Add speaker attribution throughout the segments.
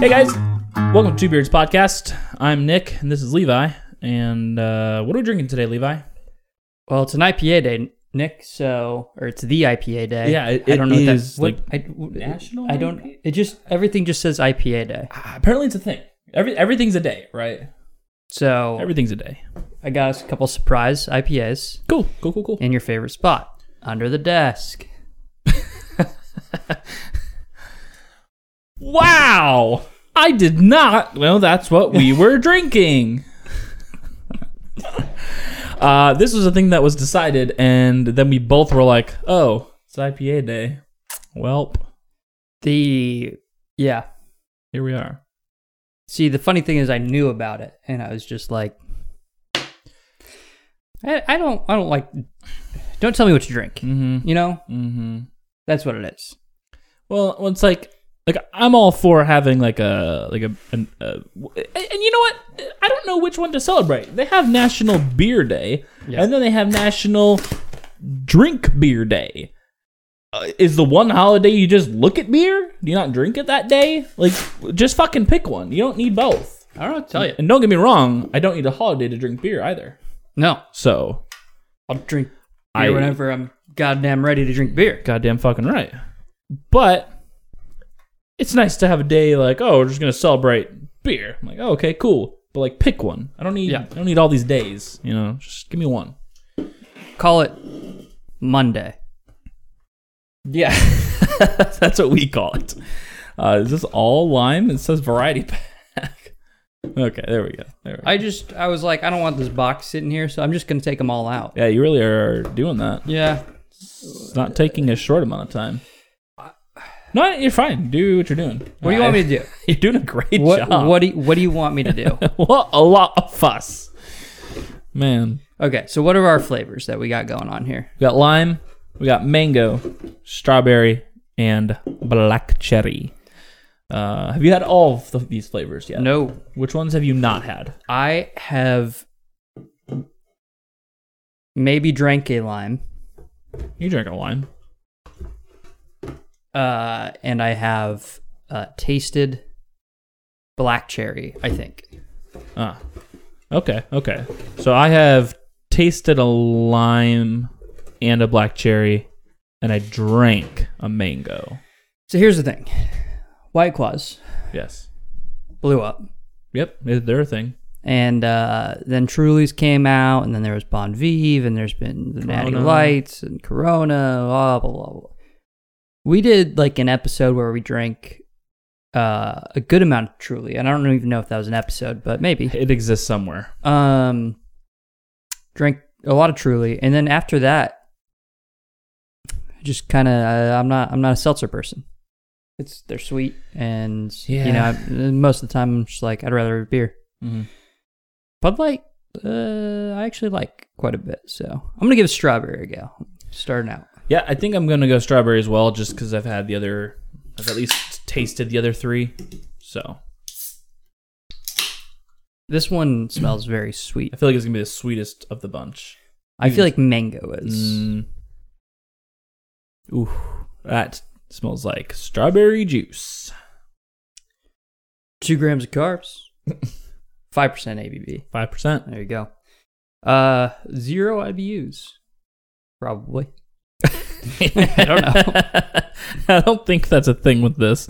Speaker 1: Hey guys, welcome to Two Beards Podcast. I'm Nick, and this is Levi. And uh, what are we drinking today, Levi?
Speaker 2: Well, it's an IPA day, Nick. So, or it's the IPA day.
Speaker 1: Yeah, it-
Speaker 2: I don't
Speaker 1: it
Speaker 2: know
Speaker 1: is,
Speaker 2: what
Speaker 1: like,
Speaker 2: that, what I,
Speaker 1: National
Speaker 2: I don't.
Speaker 1: IPA?
Speaker 2: It just everything just says IPA day.
Speaker 1: Ah, Apparently, it's a thing. Every everything's a day, right?
Speaker 2: So
Speaker 1: Everything's a day.
Speaker 2: I got us a couple surprise IPAs
Speaker 1: Cool, cool, cool, cool.
Speaker 2: in your favorite spot under the desk.
Speaker 1: Wow, I did not. Well, that's what we were drinking. uh, this was a thing that was decided, and then we both were like, "Oh, it's IPA day." Welp,
Speaker 2: The yeah.
Speaker 1: here we are.
Speaker 2: See, the funny thing is, I knew about it, and I was just like, I, I don't, I don't like. Don't tell me what to drink.
Speaker 1: Mm-hmm.
Speaker 2: You know,
Speaker 1: Mm-hmm.
Speaker 2: that's what it is.
Speaker 1: Well, well, it's like like I'm all for having like a like a an, uh, w- and and you know what? I don't know which one to celebrate. They have National Beer Day,
Speaker 2: Yeah.
Speaker 1: and then they have National Drink Beer Day. Uh, is the one holiday you just look at beer? Do you not drink it that day? Like, just fucking pick one. You don't need both.
Speaker 2: I don't know what to tell you.
Speaker 1: And don't get me wrong, I don't need a holiday to drink beer either.
Speaker 2: No,
Speaker 1: So,
Speaker 2: I'll drink beer
Speaker 1: I-
Speaker 2: whenever I'm goddamn ready to drink beer.
Speaker 1: goddamn fucking right. But it's nice to have a day like, oh, we're just gonna celebrate beer. I'm like, oh, okay, cool. But like, pick one. I don't need.
Speaker 2: Yeah.
Speaker 1: I don't need all these days. You know, just give me one.
Speaker 2: Call it Monday.
Speaker 1: Yeah, that's what we call it. Uh, is this all lime? It says variety pack. okay, there we go. There we go.
Speaker 2: I just, I was like, I don't want this box sitting here, so I'm just gonna take them all out.
Speaker 1: yeah, you really are doing that.
Speaker 2: Yeah,
Speaker 1: It's not taking a short amount of time. No, you're fine. Do what you're doing.
Speaker 2: what do you want me to do?
Speaker 1: You're doing a great
Speaker 2: What,
Speaker 1: job.
Speaker 2: what do, you, what do you want me to do?
Speaker 1: what a lot of fuss. Man.
Speaker 2: Okay, so what are our flavors that we got going on here?
Speaker 1: We got lime, we got mango, strawberry, and black cherry. Uh, have you had all of the, these flavors yet?
Speaker 2: No,
Speaker 1: Which ones have you not had?
Speaker 2: I have maybe drank a lime,
Speaker 1: You drank a lime.
Speaker 2: uh, and I have uh, tasted black cherry. I think.
Speaker 1: Ah. Okay, okay. So I have tasted a lime and a black cherry, and I drank a mango.
Speaker 2: So here's the thing: White Claws
Speaker 1: Yes.
Speaker 2: blew up,
Speaker 1: Yep, they're a thing.
Speaker 2: and uh, then Truly's came out, and then there was Bon Vive, and there's been the Natty
Speaker 1: Corona.
Speaker 2: Lights and Corona, blah blah blah. blah. We did like an episode where we drank uh, a good amount of Truly, and I don't even know if that was an episode, but maybe.
Speaker 1: It exists somewhere.
Speaker 2: um drank a lot of truly and then after that I just kind of uh, i'm not i'm not a seltzer person it's they're sweet and you know
Speaker 1: Yeah.
Speaker 2: I, most of the time i'm just like i'd rather have beer
Speaker 1: Mm-hmm.
Speaker 2: bud light uh, i actually like quite a bit so i'm gonna give strawberry a go starting out
Speaker 1: Yeah, I think I'm gonna go strawberry as well, just because I've had the other, I've at least tasted the other three. So
Speaker 2: this one smells very sweet
Speaker 1: I feel like it's gonna be the sweetest of the bunch.
Speaker 2: i feel like mango is
Speaker 1: Mm. Ooh, that smells like strawberry juice.
Speaker 2: two grams of carbs 5% abv
Speaker 1: Five percent.
Speaker 2: There you go. Uh, zero IBUs, probably.
Speaker 1: I
Speaker 2: don't
Speaker 1: know. I don't think that's a thing with this.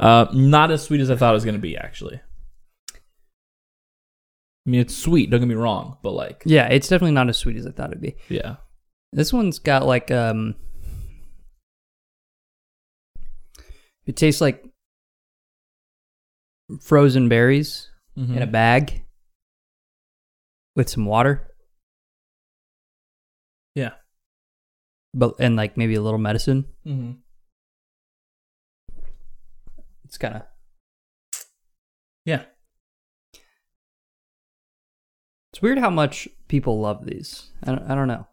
Speaker 1: Uh, not as sweet as I thought it was gonna be, actually. I mean, it's sweet. Don't get me wrong, but like,
Speaker 2: Yeah, it's definitely not as sweet as I thought it'd be.
Speaker 1: yeah,
Speaker 2: This one's got like um, it tastes like frozen berries in a
Speaker 1: Mhm.
Speaker 2: bag with some water,
Speaker 1: yeah.
Speaker 2: but and like maybe a little medicine.
Speaker 1: Mm-hmm.
Speaker 2: It's kind of
Speaker 1: Yeah.
Speaker 2: it's weird how much people love these. I don't, I don't know.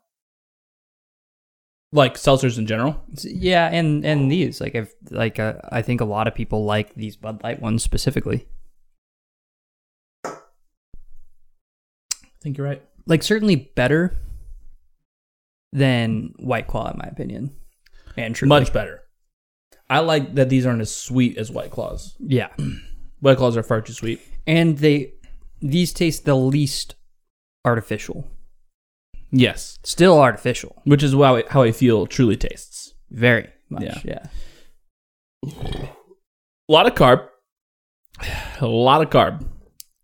Speaker 1: Like seltzers in general.
Speaker 2: S- Yeah, and and these like I've like uh, I think a lot of people like these Bud Light ones specifically.
Speaker 1: I think you're right.
Speaker 2: Like certainly better than White Claw in my opinion. And Truly.
Speaker 1: Much better. I like that these aren't as sweet as White Claws.
Speaker 2: yeah.
Speaker 1: White claws are far too sweet.
Speaker 2: and they these taste the least artificial.
Speaker 1: Yes,
Speaker 2: Still artificial,
Speaker 1: which is how I, how I feel truly tastes.
Speaker 2: very much.
Speaker 1: Yeah.
Speaker 2: Yeah.
Speaker 1: A lot of carb. A lot of carb.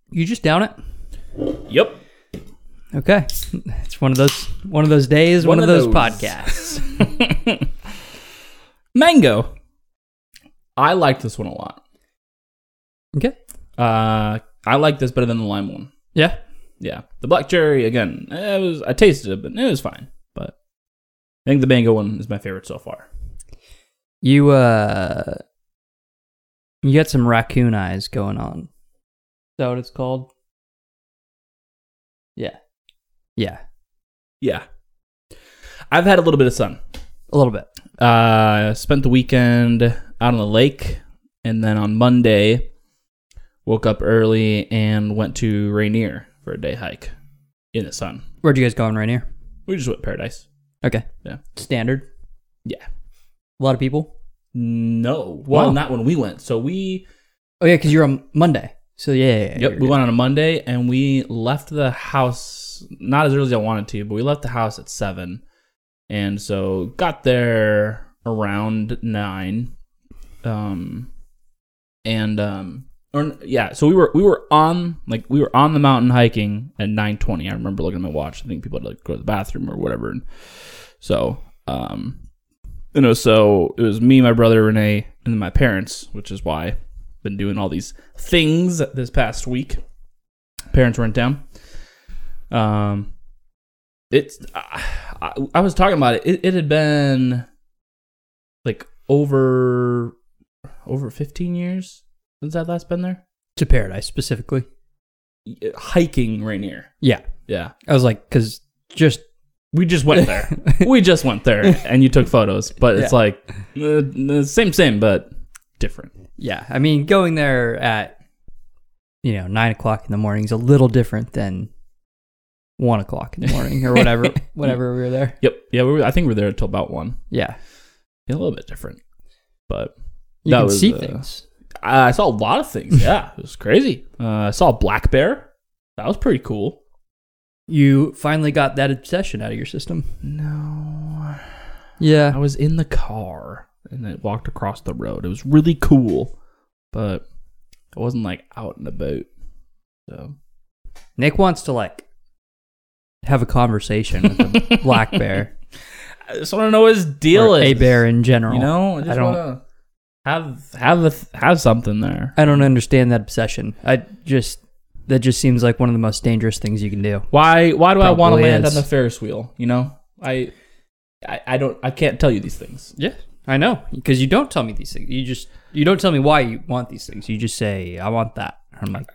Speaker 2: You just down it.
Speaker 1: Yep.
Speaker 2: Okay. It's one of those one of those days, one,
Speaker 1: One
Speaker 2: of
Speaker 1: of
Speaker 2: those,
Speaker 1: those.
Speaker 2: podcasts.
Speaker 1: Mango. I like this one a lot.
Speaker 2: okay.
Speaker 1: Uh, I like this better than the lime one.
Speaker 2: Yeah.
Speaker 1: Yeah, the black cherry again. It was I tasted it, but it was fine. But I think the mango one is my favorite so far.
Speaker 2: You uh you got some raccoon eyes going on. Is that what it's called? Yeah. Yeah.
Speaker 1: Yeah, I've had a little bit of sun.
Speaker 2: A little bit.
Speaker 1: Uh, spent the weekend out on the lake, and then on Monday, woke up early and went to Rainier for a day hike in the sun.
Speaker 2: Where'd you guys go on right here?
Speaker 1: We just went paradise.
Speaker 2: Okay.
Speaker 1: Yeah.
Speaker 2: Standard.
Speaker 1: Yeah.
Speaker 2: A lot of people.
Speaker 1: No, well,
Speaker 2: Wow.
Speaker 1: not when we went. So we
Speaker 2: Oh yeah, because you're on Monday. So yeah, yeah, yeah
Speaker 1: Yep,
Speaker 2: you're
Speaker 1: we
Speaker 2: good.
Speaker 1: went on a Monday and we left the house not as early as I wanted to, but we left the house at seven, and so got there around nine, um, and um, or n- yeah, so we were we were on like we were on the mountain hiking at nine twenty. I remember looking at my watch. I think people had to like, go to the bathroom or whatever, and so um, you know, so it was me, my brother Renee, and then my parents, which is why I've been doing all these things this past week. Parents weren't down. Um, it's I, I, I was talking about it. it. It had been like over over fifteen years since I'd last been there
Speaker 2: to paradise specifically.
Speaker 1: Y- hiking Rainier.
Speaker 2: Yeah.
Speaker 1: Yeah,
Speaker 2: I was like, because just
Speaker 1: we just went there. we just went there, and you took photos. But it's
Speaker 2: Yeah.
Speaker 1: like uh, uh, same, same, but different.
Speaker 2: yeah, I mean, going there at you know nine o'clock in the morning is a little different than one o'clock in the morning or whatever, whenever we were there.
Speaker 1: Yep. Yeah, we were, I think we were there until about one.
Speaker 2: Yeah,
Speaker 1: Yeah, a little bit different, but
Speaker 2: you
Speaker 1: That
Speaker 2: can
Speaker 1: was,
Speaker 2: see
Speaker 1: uh,
Speaker 2: things.
Speaker 1: I saw a lot of things. Yeah, it was crazy. Uh, I saw a black bear. That was pretty cool.
Speaker 2: You finally got that obsession out of your system.
Speaker 1: No, I
Speaker 2: Yeah,
Speaker 1: was in the car and it walked across the road. It was really cool, but I wasn't like out and about. So
Speaker 2: Nick wants to like have a conversation with a black bear
Speaker 1: I just want to know what his deal
Speaker 2: or
Speaker 1: is.
Speaker 2: a bear in general.
Speaker 1: you know. I just
Speaker 2: don't-
Speaker 1: want to have have a th- have something there.
Speaker 2: I don't understand that obsession. I just that just seems like one of the most dangerous things you can do.
Speaker 1: Why why do I want to
Speaker 2: Probably
Speaker 1: land
Speaker 2: is.
Speaker 1: on the Ferris wheel? You know, I, I I don't I can't tell you these things.
Speaker 2: Yeah, I know because you don't tell me these things. You just you don't tell me why you want these things. You just say I want that. I'm like,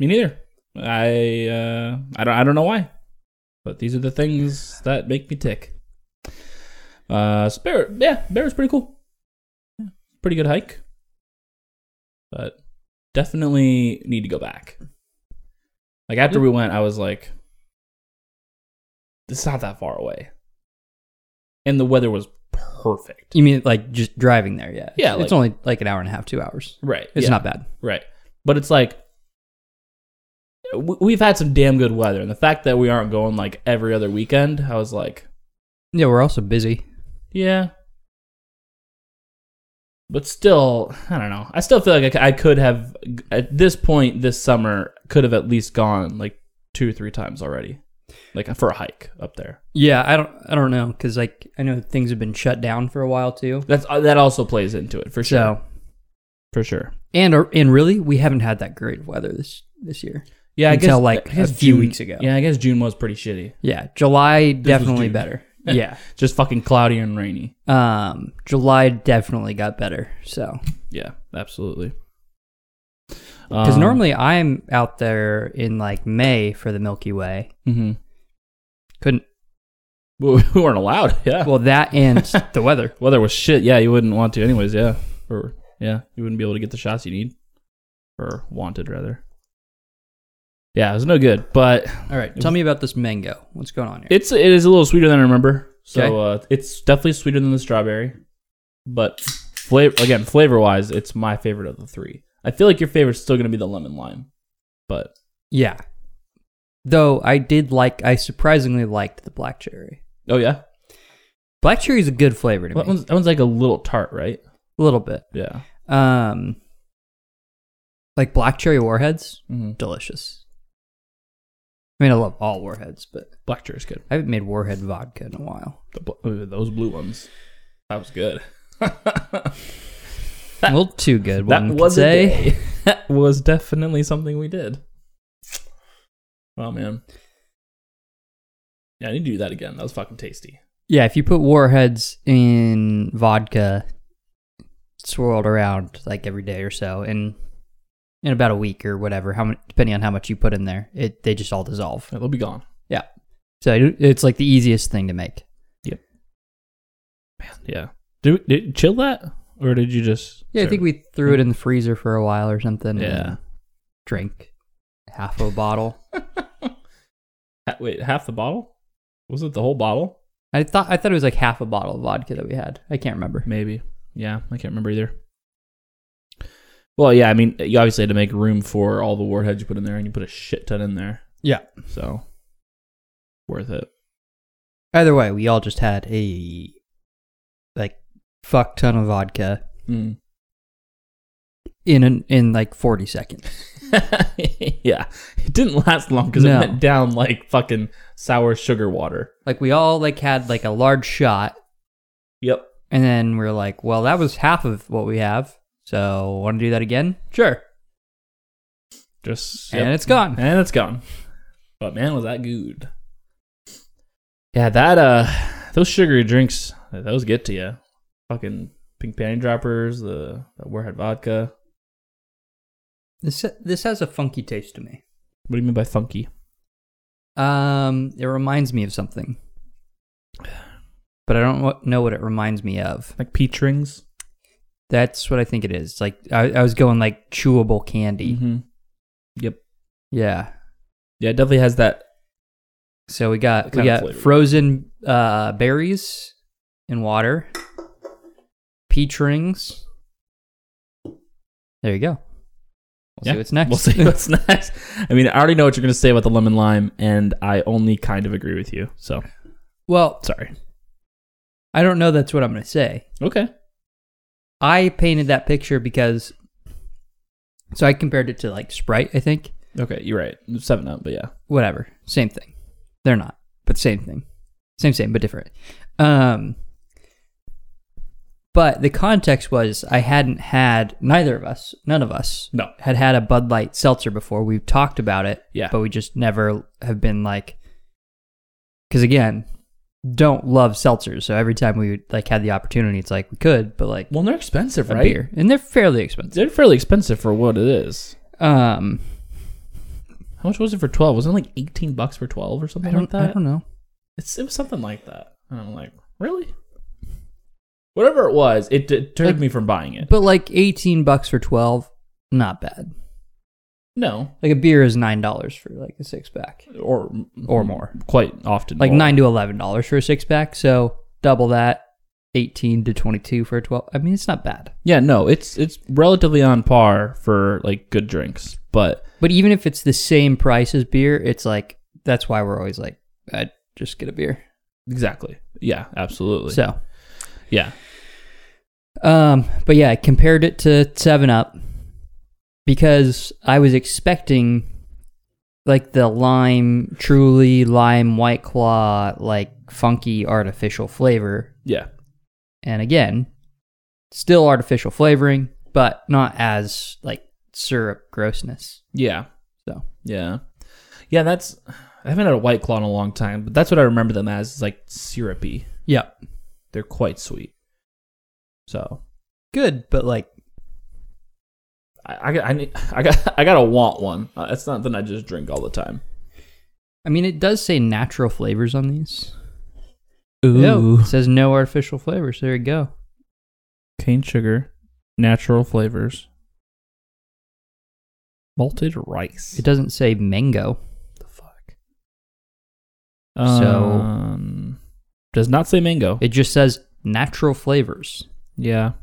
Speaker 1: Me neither. I uh, I don't I don't know why, but these are the things that make me tick. Uh, so bear, yeah, bear is pretty cool. Yeah, pretty good hike, but definitely need to go back. Like after we went, I was like, "This is not that far away," and the weather was perfect.
Speaker 2: you mean like just driving there? Yeah,
Speaker 1: Yeah, like-
Speaker 2: It's only like an hour and a half, two hours.
Speaker 1: Right,
Speaker 2: It's
Speaker 1: yeah.
Speaker 2: not bad.
Speaker 1: Right. But it's like w- we've had some damn good weather, and the fact that we aren't going like every other weekend, I was like,
Speaker 2: Yeah, we're also busy.
Speaker 1: yeah. But still, I don't know. I still feel like I c- I could have at this point this summer could have at least gone like two or three times already, like for a hike up there.
Speaker 2: Yeah, I don't I don't know because like I know things have been shut down for a while too.
Speaker 1: That's uh, that also plays into it for sure.
Speaker 2: So
Speaker 1: for sure.
Speaker 2: and and really we haven't had that great of weather this this year.
Speaker 1: Yeah, I
Speaker 2: Until,
Speaker 1: guess
Speaker 2: like,
Speaker 1: I guess
Speaker 2: a few
Speaker 1: June-
Speaker 2: weeks ago.
Speaker 1: Yeah, I guess June was pretty shitty.
Speaker 2: Yeah, July
Speaker 1: was
Speaker 2: definitely
Speaker 1: June.
Speaker 2: better. yeah,
Speaker 1: Just fucking cloudy and rainy.
Speaker 2: um, July definitely got better. So
Speaker 1: Yeah, absolutely.
Speaker 2: because
Speaker 1: Um,
Speaker 2: normally I'm out there in like May for the Milky Way.
Speaker 1: mhm.
Speaker 2: Couldn't
Speaker 1: Well, we weren't allowed. Yeah,
Speaker 2: well that and the weather.
Speaker 1: weather was shit. Yeah, you wouldn't want to, anyways. Yeah, or yeah, you wouldn't be able to get the shots you need, or wanted rather. Yeah, it was no good, but
Speaker 2: All right, tell me about this mango. What's going on here?
Speaker 1: it's it is a little sweeter than I remember. So uh, it's definitely sweeter than the strawberry, but flavor again, flavor wise, it's my favorite of the three. I I feel like your favorite's still gonna be the lemon lime, but
Speaker 2: Yeah. Though I did like, I surprisingly liked the black cherry.
Speaker 1: oh yeah,
Speaker 2: Black cherry is a good flavor to
Speaker 1: that
Speaker 2: me.
Speaker 1: one's that one's like a little tart, right?
Speaker 2: A little bit.
Speaker 1: Yeah.
Speaker 2: Um, like black cherry warheads,
Speaker 1: Mm-hmm.
Speaker 2: delicious. I mean, I love all warheads, but
Speaker 1: Black cherry's good.
Speaker 2: I haven't made warhead vodka in a while.
Speaker 1: The bl- ooh, those blue ones, that was good.
Speaker 2: A little too good.
Speaker 1: that
Speaker 2: one could
Speaker 1: was a
Speaker 2: say.
Speaker 1: day. that was definitely something we did. Oh man. Yeah, I need to do that again. That was fucking tasty.
Speaker 2: Yeah, if you put warheads in vodka, swirled around like every day or so, and in about a week or whatever, how many, depending on how much you put in there, it they just all dissolve.
Speaker 1: They'll be gone.
Speaker 2: So it- it's like the easiest thing to make.
Speaker 1: Man, yeah. Did, did you chill that, or did you just?
Speaker 2: Yeah, I think we threw it in the freezer for a while or something. and
Speaker 1: Yeah.
Speaker 2: drank half a bottle.
Speaker 1: Ha- wait, half the bottle? Was it the whole bottle?
Speaker 2: I thought I thought it was like half a bottle of vodka that we had. I can't remember.
Speaker 1: Maybe. Yeah, I can't remember either. Well, yeah, I mean, you obviously had to make room for all the warheads you put in there, and you put a shit ton in there.
Speaker 2: Yeah.
Speaker 1: So, worth it.
Speaker 2: Either way, we all just had a like fuck ton of vodka
Speaker 1: Mm.
Speaker 2: in an, in like forty seconds.
Speaker 1: yeah, it didn't last long because
Speaker 2: No.
Speaker 1: it went down like fucking sour sugar water.
Speaker 2: Like we all like had like a large shot,
Speaker 1: Yep.
Speaker 2: and then we are like, well, that was half of what we have. So want to do that again? Sure.
Speaker 1: Just
Speaker 2: And
Speaker 1: yep.
Speaker 2: it's gone.
Speaker 1: and it's gone. But man, was that good? Yeah, that uh, those sugary drinks, those get to you. Fucking pink panty droppers, the, the warhead vodka.
Speaker 2: This this has a funky taste to me.
Speaker 1: What do you mean by funky?
Speaker 2: Um, it reminds me of something, but I don't wa- know what it reminds me of.
Speaker 1: Like peach rings?
Speaker 2: That's what I think it is. Like I, I was going like chewable candy.
Speaker 1: Mm-hmm. Yep.
Speaker 2: Yeah.
Speaker 1: Yeah, it definitely has that.
Speaker 2: So we
Speaker 1: What
Speaker 2: got we
Speaker 1: kind of
Speaker 2: got
Speaker 1: flavor?
Speaker 2: frozen uh, berries in water, peach rings. There you go. We'll
Speaker 1: Yeah,
Speaker 2: see what's next.
Speaker 1: We'll see what's next. I mean, I already know what you're gonna say about the lemon lime, and I only kind of agree with you. So
Speaker 2: well,
Speaker 1: sorry.
Speaker 2: I don't know. That's what I'm going to say.
Speaker 1: Okay.
Speaker 2: I painted that picture because, so I compared it to like Sprite. I think
Speaker 1: Okay, you're right. Seven up, but yeah.
Speaker 2: whatever, same thing. They're not, but same thing, same same but different. Um, but the context was I hadn't had neither of us, none of us
Speaker 1: No.
Speaker 2: had had a Bud Light seltzer before. We've talked about it,
Speaker 1: Yeah.
Speaker 2: but we just never have been like, because again, don't love seltzers. So every time we like had the opportunity, it's like we could, but like
Speaker 1: Well, they're expensive,
Speaker 2: a
Speaker 1: right?
Speaker 2: beer, and they're fairly expensive.
Speaker 1: They're fairly expensive for what it is.
Speaker 2: Um,
Speaker 1: How much was it for twelve? Wasn't it like eighteen bucks for twelve or
Speaker 2: I
Speaker 1: something like
Speaker 2: don't, I
Speaker 1: that?
Speaker 2: don't know.
Speaker 1: It's, it was something like that. And I'm like, really? Whatever it was, it deterred
Speaker 2: Like-
Speaker 1: me from buying it.
Speaker 2: But like eighteen bucks for twelve, not bad.
Speaker 1: No,
Speaker 2: Like a beer is nine dollars for like a six pack,
Speaker 1: or
Speaker 2: Or
Speaker 1: Mm-hmm.
Speaker 2: more.
Speaker 1: quite often.
Speaker 2: like
Speaker 1: more.
Speaker 2: nine to eleven dollars for a six pack. So double that, eighteen to twenty two for a twelve. I mean, it's not bad.
Speaker 1: Yeah, no, it's it's relatively on par for like good drinks, but
Speaker 2: But even if it's the same price as beer, it's like that's why we're always like, I just get a beer.
Speaker 1: exactly. Yeah, absolutely.
Speaker 2: So,
Speaker 1: yeah,
Speaker 2: um, but yeah, I compared it to Seven Up because I was expecting like the lime, truly lime White Claw, like funky artificial flavor
Speaker 1: yeah,
Speaker 2: and again, still artificial flavoring, but not as like syrup grossness.
Speaker 1: yeah.
Speaker 2: So
Speaker 1: Yeah. Yeah, that's I haven't had a white claw in a long time, but that's what I remember them as, is like syrupy.
Speaker 2: yeah,
Speaker 1: They're quite sweet. So
Speaker 2: good, but like
Speaker 1: I, I, got- I, need, I got I gotta want one. Uh, that's not something I just drink all the time.
Speaker 2: I mean, it does say natural flavors on these.
Speaker 1: Ooh.
Speaker 2: it says no artificial flavors. There you go.
Speaker 1: Cane sugar, natural flavors. Malted rice.
Speaker 2: It doesn't say mango.
Speaker 1: the fuck?
Speaker 2: So-
Speaker 1: Um, does not say mango.
Speaker 2: It just says natural flavors.
Speaker 1: yeah.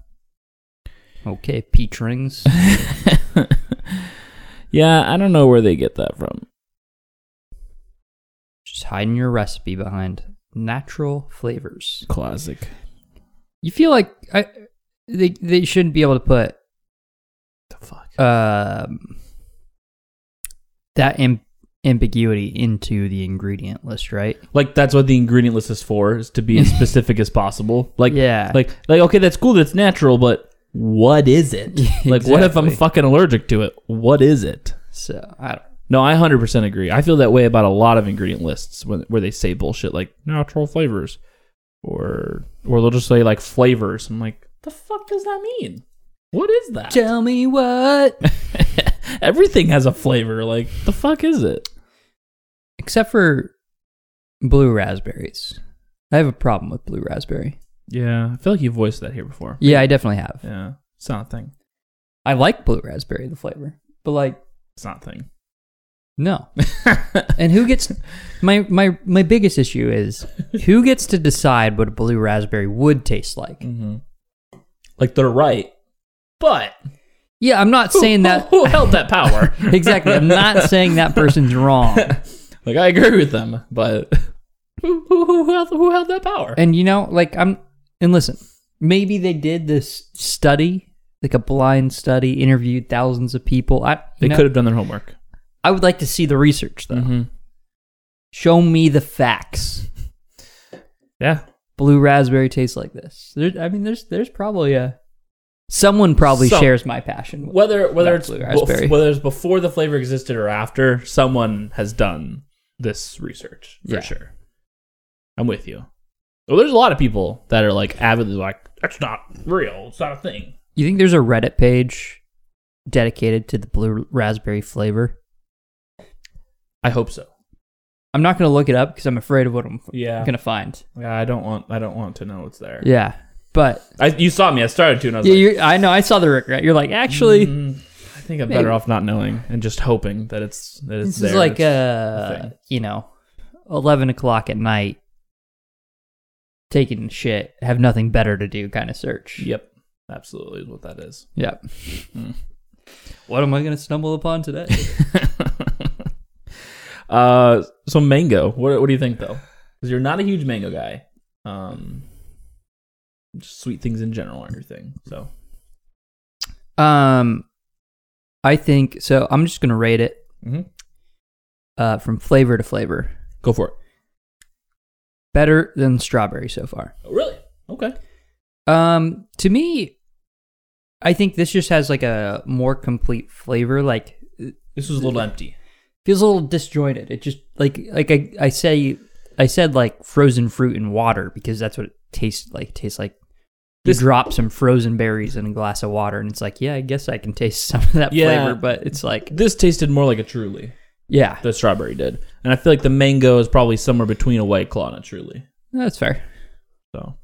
Speaker 2: Okay, peach rings.
Speaker 3: yeah, I don't know where they get that from.
Speaker 2: Just hiding your recipe behind natural flavors.
Speaker 3: Classic.
Speaker 2: You feel like I, they they shouldn't be able to put
Speaker 3: The fuck.
Speaker 2: um that am- ambiguity into the ingredient list, right?
Speaker 1: Like that's what the ingredient list is for, is to be as specific as possible. Like
Speaker 2: yeah,
Speaker 1: like like okay, that's cool, that's natural, but what is it? Like what if I'm
Speaker 2: Exactly.
Speaker 1: fucking allergic to it? What is it?
Speaker 2: so I don't.
Speaker 1: No, I 100% agree. I feel that way about a lot of ingredient lists when, where they say bullshit like natural flavors or or they'll just say like flavors. I'm like, the fuck does that mean? What is that?
Speaker 2: Tell me what.
Speaker 1: Everything has a flavor. Like, the fuck is it?
Speaker 2: Except for blue raspberries. I have a problem with blue raspberry.
Speaker 1: Yeah, I feel like you voiced that here before.
Speaker 2: Yeah, I definitely have.
Speaker 1: Yeah, it's not a thing.
Speaker 2: I like blue raspberry, the flavor, but like,
Speaker 1: It's not a thing.
Speaker 2: no. and who gets my my my biggest issue is who gets to decide what a blue raspberry would taste like?
Speaker 1: Mm-hmm. Like, they're right, but
Speaker 2: Yeah, I'm not saying that
Speaker 1: who held that power?
Speaker 2: exactly. I'm not saying that person's wrong.
Speaker 1: like, I agree with them, but who, who, who, held, who held that power?
Speaker 2: And you know, like I'm and listen, maybe they did this study, like a blind study, interviewed thousands of people. I
Speaker 1: They
Speaker 2: you know,
Speaker 1: could have done their homework.
Speaker 2: I would like to see the research though.
Speaker 1: Mm-hmm.
Speaker 2: Show me the facts.
Speaker 1: Yeah.
Speaker 2: Blue raspberry tastes like this. There, I mean, there's there's probably a someone probably
Speaker 1: Some-
Speaker 2: shares my passion. with-
Speaker 1: Whether whether
Speaker 2: Not
Speaker 1: it's
Speaker 2: blue
Speaker 1: bef-
Speaker 2: raspberry.
Speaker 1: whether it's before the flavor existed or after, someone has done this research for
Speaker 2: Yeah.
Speaker 1: sure. I'm with you. Well, there's a lot of people that are like avidly like that's not real. It's not a thing.
Speaker 2: You think there's a Reddit page dedicated to the blue raspberry flavor?
Speaker 1: I hope so.
Speaker 2: I'm not gonna look it up because I'm afraid of what I'm
Speaker 1: Yeah.
Speaker 2: gonna find.
Speaker 1: Yeah. I don't want. I don't want to know what's there.
Speaker 2: Yeah, but
Speaker 1: I, you saw me. I started to, and I was
Speaker 2: yeah,
Speaker 1: like,
Speaker 2: you're, I know I saw the regret. You're like, actually,
Speaker 1: "Mm, I think I'm
Speaker 2: Maybe.
Speaker 1: better off not knowing and just hoping that it's that it's
Speaker 2: this
Speaker 1: there.
Speaker 2: is like
Speaker 1: It's-
Speaker 2: uh,
Speaker 1: thing.
Speaker 2: you know, eleven o'clock at night, taking a shit, have nothing better to do, kind of search.
Speaker 1: yep, absolutely is what that is.
Speaker 2: Yep.
Speaker 1: Hmm.
Speaker 2: What am I going to stumble upon today?
Speaker 1: uh, so mango. What what do you think though? Because you're not a huge mango guy. Um, just sweet things in general aren't your thing. So
Speaker 2: um, I think so. I'm just going to rate it
Speaker 1: Mhm.
Speaker 2: uh, from flavor to flavor.
Speaker 1: go for it.
Speaker 2: Better than strawberry so far.
Speaker 1: Oh, really? Okay.
Speaker 2: Um, to me, I think this just has like a more complete flavor. Like, it
Speaker 1: This was a little empty.
Speaker 2: feels a little disjointed. It just like like I I say I said like frozen fruit and water because that's what it tastes like. It tastes like. You
Speaker 1: This-
Speaker 2: drop some frozen berries in a glass of water, and it's like, yeah, I guess I can taste some of that
Speaker 1: Yeah.
Speaker 2: flavor, but it's like,
Speaker 1: This tasted more like a Truly.
Speaker 2: yeah,
Speaker 1: The strawberry did, and I feel like the mango is probably somewhere between a White Claw and a Truly.
Speaker 2: that's fair.
Speaker 1: So,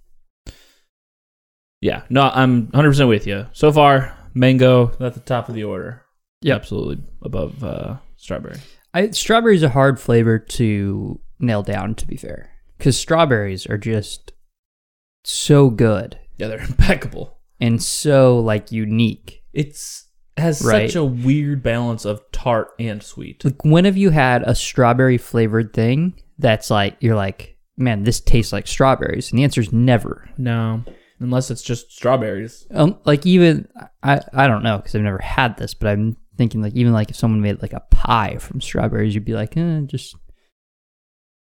Speaker 1: yeah, no, I'm 100 percent with you. So far, mango at the top of the order.
Speaker 2: Yep.
Speaker 1: absolutely above uh, strawberry.
Speaker 2: I, strawberries a hard flavor to nail down, to be fair, because strawberries are just so good
Speaker 1: Yeah, they're impeccable.
Speaker 2: and so like unique.
Speaker 1: It's has
Speaker 2: Right.
Speaker 1: such a weird balance of tart and sweet.
Speaker 2: Like when have you had a strawberry flavored thing that's like you're like, man, this tastes like strawberries? And the answer is never.
Speaker 1: No, unless it's just strawberries.
Speaker 2: Um, like even I, I don't know because I've never had this, but I'm thinking like even like if someone made like a pie from strawberries, you'd be like, eh, just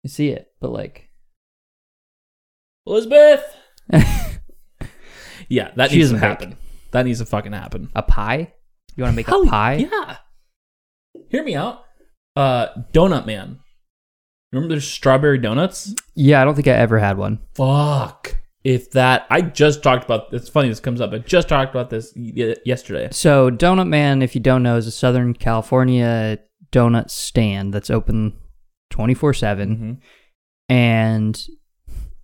Speaker 2: you see it, but like
Speaker 1: Elizabeth. yeah, that
Speaker 2: She
Speaker 1: needs to
Speaker 2: doesn't bake.
Speaker 1: happen. That needs to fucking happen.
Speaker 2: a pie. You want to make
Speaker 1: Hell
Speaker 2: a pie?
Speaker 1: Yeah. Hear me out. Uh, donut man. Remember there's strawberry donuts?
Speaker 2: Yeah, I don't think I ever had one.
Speaker 1: Fuck. If that, I just talked about. It's funny this comes up. I just talked about this y- yesterday.
Speaker 2: So, Donut Man, if you don't know, is a Southern California donut stand that's open 24 7
Speaker 1: Mm-hmm.
Speaker 2: and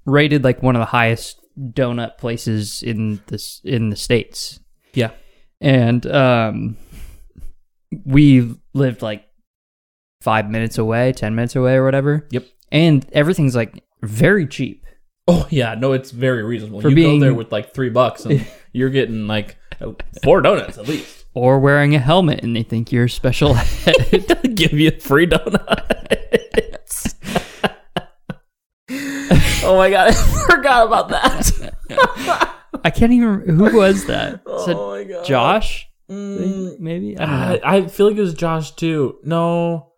Speaker 2: rated like one of the highest donut places in this in the states.
Speaker 1: Yeah.
Speaker 2: And um we lived like 5 minutes away, 10 minutes away or whatever.
Speaker 1: Yep.
Speaker 2: And everything's like very cheap.
Speaker 1: Oh yeah, no, it's very reasonable.
Speaker 2: For
Speaker 1: you
Speaker 2: being-
Speaker 1: go there with like three bucks, and you're getting like four donuts at least.
Speaker 2: or wearing a helmet and they think you're special ed.
Speaker 3: Give you a free donuts. oh my god, I forgot about that.
Speaker 2: I can't even. Who was that? Is it
Speaker 3: oh my god,
Speaker 2: Josh?
Speaker 3: Mm,
Speaker 2: Maybe I don't know.
Speaker 1: I, I feel like it was Josh too. No,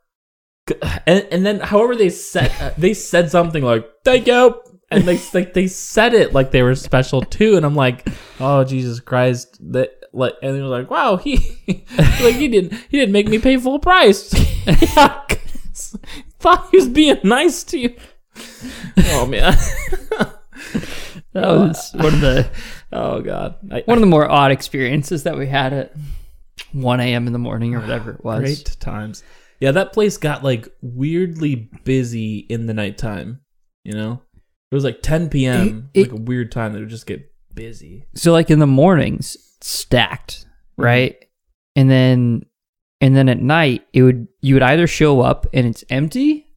Speaker 1: and, and then however they said uh, they said something like "thank you," and they like they said it like they were special too. And I'm like, oh Jesus Christ! That like, and they were like, wow, he like he didn't he didn't make me pay full price. Yeah, 'cause thought he was being nice to you. Oh man.
Speaker 2: That was one of the
Speaker 1: Oh god. I,
Speaker 2: one of the more odd experiences that we had at 1 a.m. in the morning or whatever it was.
Speaker 1: Great times. Yeah, that place got like weirdly busy in the nighttime. You know, it was like 10 p.m.
Speaker 2: It- it-
Speaker 1: like a weird time that would just get busy.
Speaker 2: So like in the mornings, stacked,
Speaker 1: Mm-hmm.
Speaker 2: right? And then and then at night, it would you would either show up and it's empty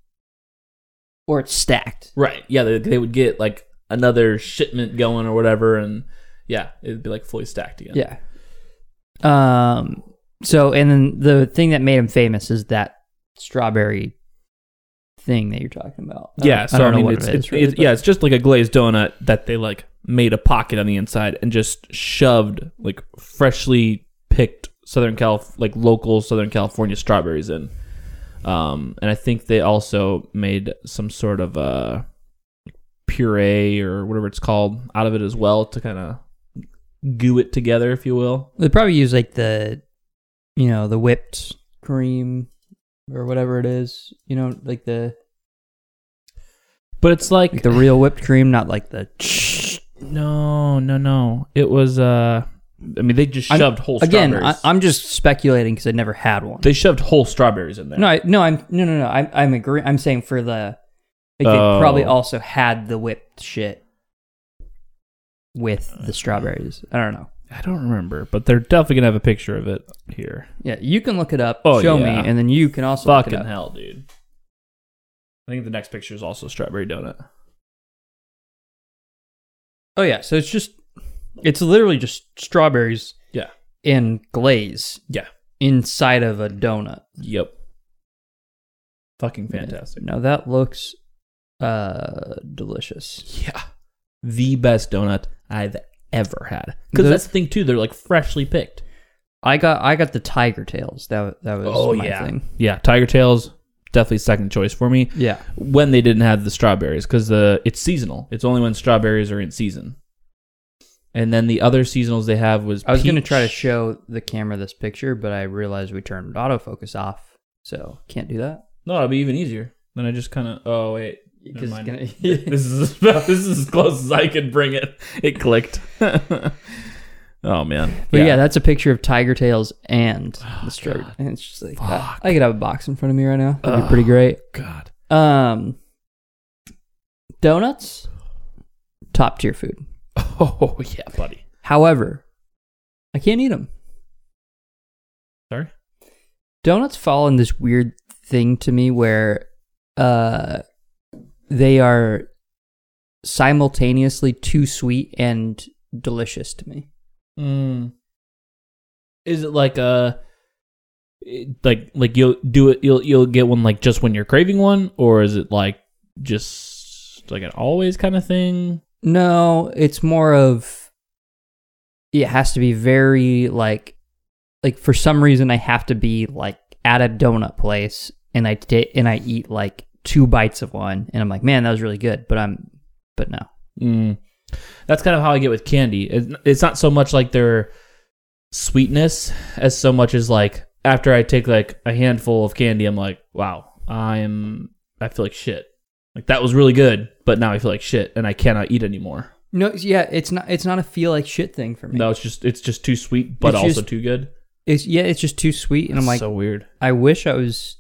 Speaker 2: or it's stacked.
Speaker 1: Right. Yeah, they, they would get like another shipment going or whatever, and yeah, it'd be like fully stacked again.
Speaker 2: Yeah. Um so and then the thing that made him famous is that strawberry thing that you're talking about. I
Speaker 1: Yeah.
Speaker 2: don't-
Speaker 1: So I,
Speaker 2: don't know
Speaker 1: mean,
Speaker 2: what
Speaker 1: it's,
Speaker 2: it
Speaker 1: it's,
Speaker 2: is really,
Speaker 1: it's-
Speaker 2: but-
Speaker 1: yeah, it's just like a glazed donut that they like made a pocket on the inside and just shoved like freshly picked Southern Calif like local Southern California strawberries in. Um, and I think they also made some sort of uh puree or whatever it's called out of it as well to kind of goo it together, if you will.
Speaker 2: They probably use like the, you know, the whipped cream or whatever it is. You know, like the
Speaker 1: But it's like
Speaker 2: like the real whipped cream, not like the
Speaker 1: No, no, no. It was uh I mean they just
Speaker 2: I'm-
Speaker 1: shoved whole
Speaker 2: again. I,
Speaker 1: strawberries.
Speaker 2: I'm just speculating because I never had one.
Speaker 1: they shoved whole strawberries in there.
Speaker 2: no, I, no, I'm no, no, no. I'm I'm agree. I'm saying for the like they
Speaker 1: Oh.
Speaker 2: probably also had the whipped shit with
Speaker 1: Uh.
Speaker 2: the strawberries. I don't know.
Speaker 1: I don't remember, but they're definitely gonna have a picture of it here.
Speaker 2: Yeah, you can look it up.
Speaker 1: Oh,
Speaker 2: show
Speaker 1: yeah.
Speaker 2: me, and then you can also look it
Speaker 1: Fucking
Speaker 2: up.
Speaker 1: hell, dude. I think the next picture is also strawberry donut.
Speaker 2: Oh yeah, so it's just it's literally just strawberries.
Speaker 1: Yeah.
Speaker 2: In glaze.
Speaker 1: Yeah.
Speaker 2: Inside of a donut.
Speaker 1: Yep. Fucking fantastic.
Speaker 2: Now that looks uh delicious.
Speaker 1: Yeah. The best donut I've ever had. Because
Speaker 2: The-
Speaker 1: that's the thing too, they're like freshly picked.
Speaker 2: I got I got the tiger tails. That that was my thing.
Speaker 1: Oh, Yeah, Tiger Tails, definitely second choice for me.
Speaker 2: Yeah.
Speaker 1: when they didn't have the strawberries because the it's seasonal. It's only when strawberries are in season. And then the other seasonals they have was
Speaker 2: I was going to
Speaker 1: peach.
Speaker 2: try to show the camera this picture, but I realized we turned autofocus off. So, can't do that.
Speaker 1: no, it'd be even easier. Then I just kind of oh wait, never
Speaker 2: 'Cause it's
Speaker 1: mind.
Speaker 2: gonna-
Speaker 1: this is about, this is as close as I could bring it. It clicked. oh man,
Speaker 2: But yeah. that's a picture of tiger tails and the strawberry.
Speaker 1: Oh,
Speaker 2: And it's just like
Speaker 1: Fuck.
Speaker 2: I could have a box in front of me right now. That'd be
Speaker 1: Ugh.
Speaker 2: pretty great.
Speaker 1: God,
Speaker 2: Um, donuts, top tier food.
Speaker 1: oh yeah, buddy.
Speaker 2: However, I can't eat them.
Speaker 1: Sorry.
Speaker 2: Donuts fall in this weird thing to me where, uh, they are simultaneously too sweet and delicious to me.
Speaker 1: Mm. Is it like a like like you'll do it you'll you'll get one like just when you're craving one or is it like just like an always kind of thing?
Speaker 2: No, it's more of it has to be very like like for some reason I have to be like at a donut place and I ta and I eat like two bites of one and I'm like, man, that was really good, but I'm but no.
Speaker 1: Mm. That's kind of how I get with candy. It- It's not so much like their sweetness as so much as like after I take like a handful of candy I'm like, wow, I'm I feel like shit. Like that was really good, but now I feel like shit and I cannot eat anymore.
Speaker 2: No, yeah, it's not it's not a feel like shit thing for me.
Speaker 1: No, it's just it's just too sweet but
Speaker 2: It's
Speaker 1: also
Speaker 2: just-
Speaker 1: too good.
Speaker 2: It's yeah, it's just too sweet and I'm like
Speaker 1: so weird.
Speaker 2: I wish I was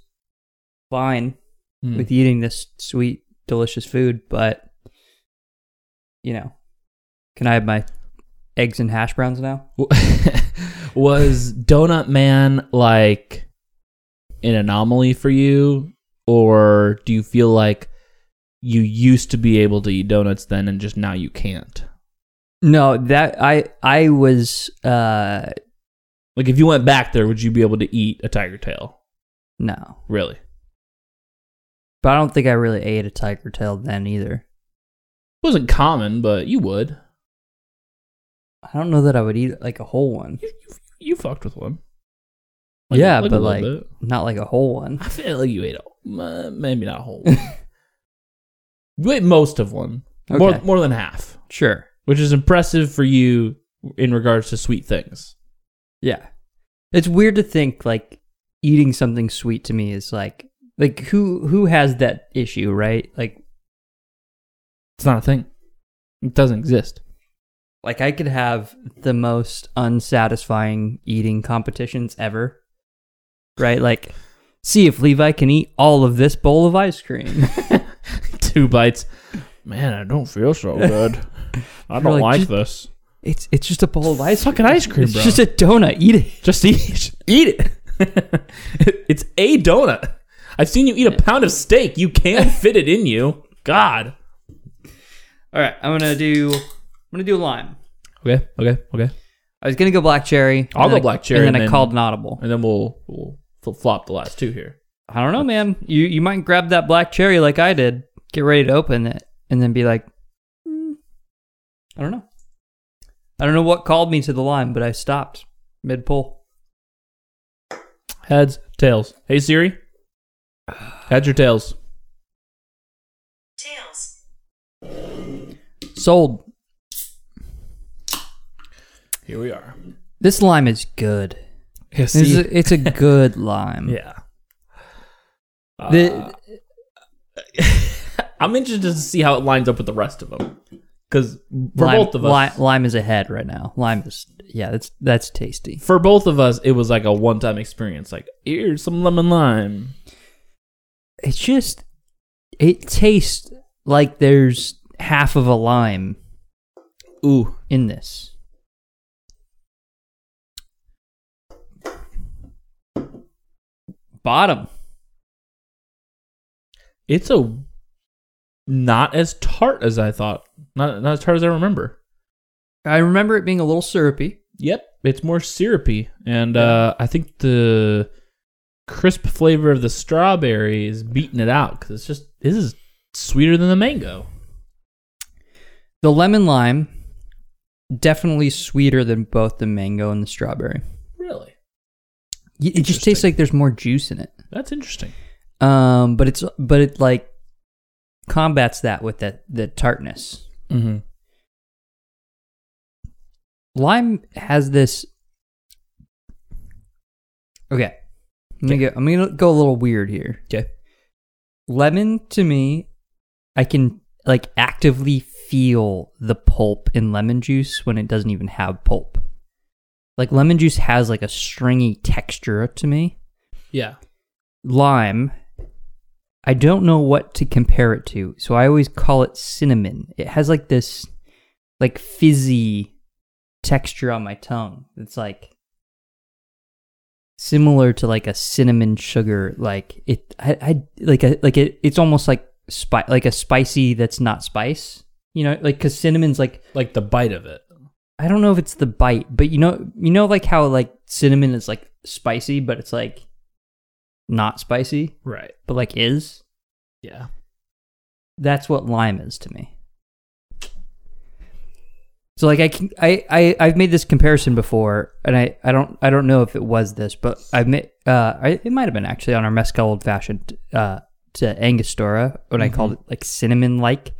Speaker 2: fine
Speaker 1: Mm.
Speaker 2: with eating this sweet, delicious food, but you know, can I have my eggs and hash browns now?
Speaker 1: was Donut Man like an anomaly for you, or do you feel like you used to be able to eat donuts then, and just now you can't?
Speaker 2: No, that I I was uh
Speaker 1: Like if you went back there, would you be able to eat a tiger tail?
Speaker 2: No,
Speaker 1: Really? It
Speaker 2: but I don't think I really ate a tiger tail then either.
Speaker 1: wasn't common, but you would.
Speaker 2: I don't know that I would eat like a whole one.
Speaker 1: You, you, you fucked with one.
Speaker 2: yeah,
Speaker 1: a
Speaker 2: but
Speaker 1: little
Speaker 2: like
Speaker 1: bit.
Speaker 2: not like a whole one.
Speaker 1: I feel like you ate a, uh, maybe not a whole. One. you ate most of one, more
Speaker 2: Okay.
Speaker 1: more than half,
Speaker 2: Sure.
Speaker 1: which is impressive for you in regards to sweet things.
Speaker 2: Yeah. It's weird to think like eating something sweet to me is like like who who has that issue, right? Like
Speaker 1: It's not a thing. It doesn't exist.
Speaker 2: like I could have the most unsatisfying eating competitions ever. Right? Like see if Levi can eat all of this bowl of ice cream.
Speaker 1: Two bites. Man, I don't feel so good. I
Speaker 2: You're
Speaker 1: don't
Speaker 2: like,
Speaker 1: like
Speaker 2: just-
Speaker 1: this.
Speaker 2: it's it's just a bowl of ice cream.
Speaker 1: Fucking ice cream,
Speaker 2: It's
Speaker 1: bro.
Speaker 2: just a donut. Eat it.
Speaker 1: Just eat eat it. it's a donut. I've seen you eat a pound of steak. You can't fit it in you. God.
Speaker 2: All right, I'm going to do I'm going to do lime.
Speaker 1: Okay. Okay. Okay.
Speaker 2: I was going to go black cherry.
Speaker 1: I'll go
Speaker 2: and then I-
Speaker 1: black cherry
Speaker 2: And then
Speaker 1: and
Speaker 2: I
Speaker 1: then-
Speaker 2: called an audible.
Speaker 1: And then we'll we'll flip flop the last two here.
Speaker 2: I don't know, man. You you might grab that black cherry like I did, get ready to open it, and then be like, "Mm, I don't know. I don't know what called me to the line, but I stopped mid pull.
Speaker 1: Heads, tails. Hey Siri. Heads or tails?
Speaker 4: Tails.
Speaker 2: Sold.
Speaker 1: Here we are.
Speaker 2: This lime is good.
Speaker 1: Yes.
Speaker 2: It's a, it's a good lime.
Speaker 1: yeah. Uh,
Speaker 2: The-
Speaker 1: I'm interested to see how it lines up with the rest of them. Because for
Speaker 2: lime,
Speaker 1: both of us,
Speaker 2: li- lime is ahead right now. Lime is yeah, that's that's tasty.
Speaker 1: for both of us, it was like a one-time experience. Like, here's some lemon lime.
Speaker 2: It's just it tastes like there's half of a lime
Speaker 1: Ooh,
Speaker 2: in this. Bottom.
Speaker 1: it's a not as tart as I thought. Not not as tart as I remember.
Speaker 2: I remember it being a little syrupy.
Speaker 1: Yep, it's more syrupy, and uh, I think the crisp flavor of the strawberry is beating it out because it's just this is sweeter than the mango.
Speaker 2: The lemon lime definitely sweeter than both the mango and the strawberry.
Speaker 1: Really,
Speaker 2: Y- It just tastes
Speaker 1: Interesting.
Speaker 2: like there's more juice in it.
Speaker 1: that's interesting.
Speaker 2: Um, but it's but it like combats that with that the tartness.
Speaker 1: Mm-hmm.
Speaker 2: Lime has this. Okay, I'm gonna, go, I'm gonna go a little weird here.
Speaker 1: Okay.
Speaker 2: lemon to me i can like actively feel the pulp in lemon juice when it doesn't even have pulp like lemon juice has like a stringy texture to me
Speaker 1: Yeah.
Speaker 2: lime i don't know what to compare it to so i always call it cinnamon it has like this like fizzy texture on my tongue it's like similar to like a cinnamon sugar like it i, I like a like it, it's almost like spi- like a spicy that's not spice you know like because cinnamon's like
Speaker 1: Like the bite of it.
Speaker 2: i don't know if it's the bite but you know you know like how like cinnamon is like spicy but it's like not spicy
Speaker 1: Right.
Speaker 2: but like is
Speaker 1: Yeah.
Speaker 2: that's what lime is to me so like i can i, I i've made this comparison before and i i don't i don't know if it was this but i've made uh I, it might have been actually on our mezcal old fashioned uh to angostura when i called it like cinnamon like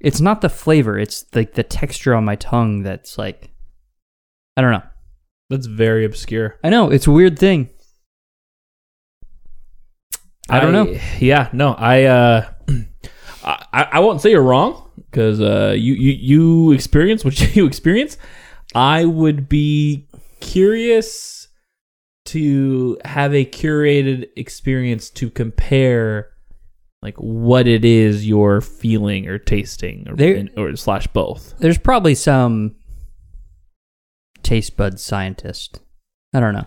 Speaker 2: it's not the flavor it's like the texture on my tongue that's like i don't know
Speaker 1: That's very obscure.
Speaker 2: i know it's a weird thing I don't know.
Speaker 1: Yeah. No. I. uh I, I I won't say you're wrong because uh, you, you you experience what you experience. I would be curious to have a curated experience to compare, like what it is you're feeling or tasting or,
Speaker 2: There-
Speaker 1: or slash both.
Speaker 2: there's probably some taste bud scientist i don't know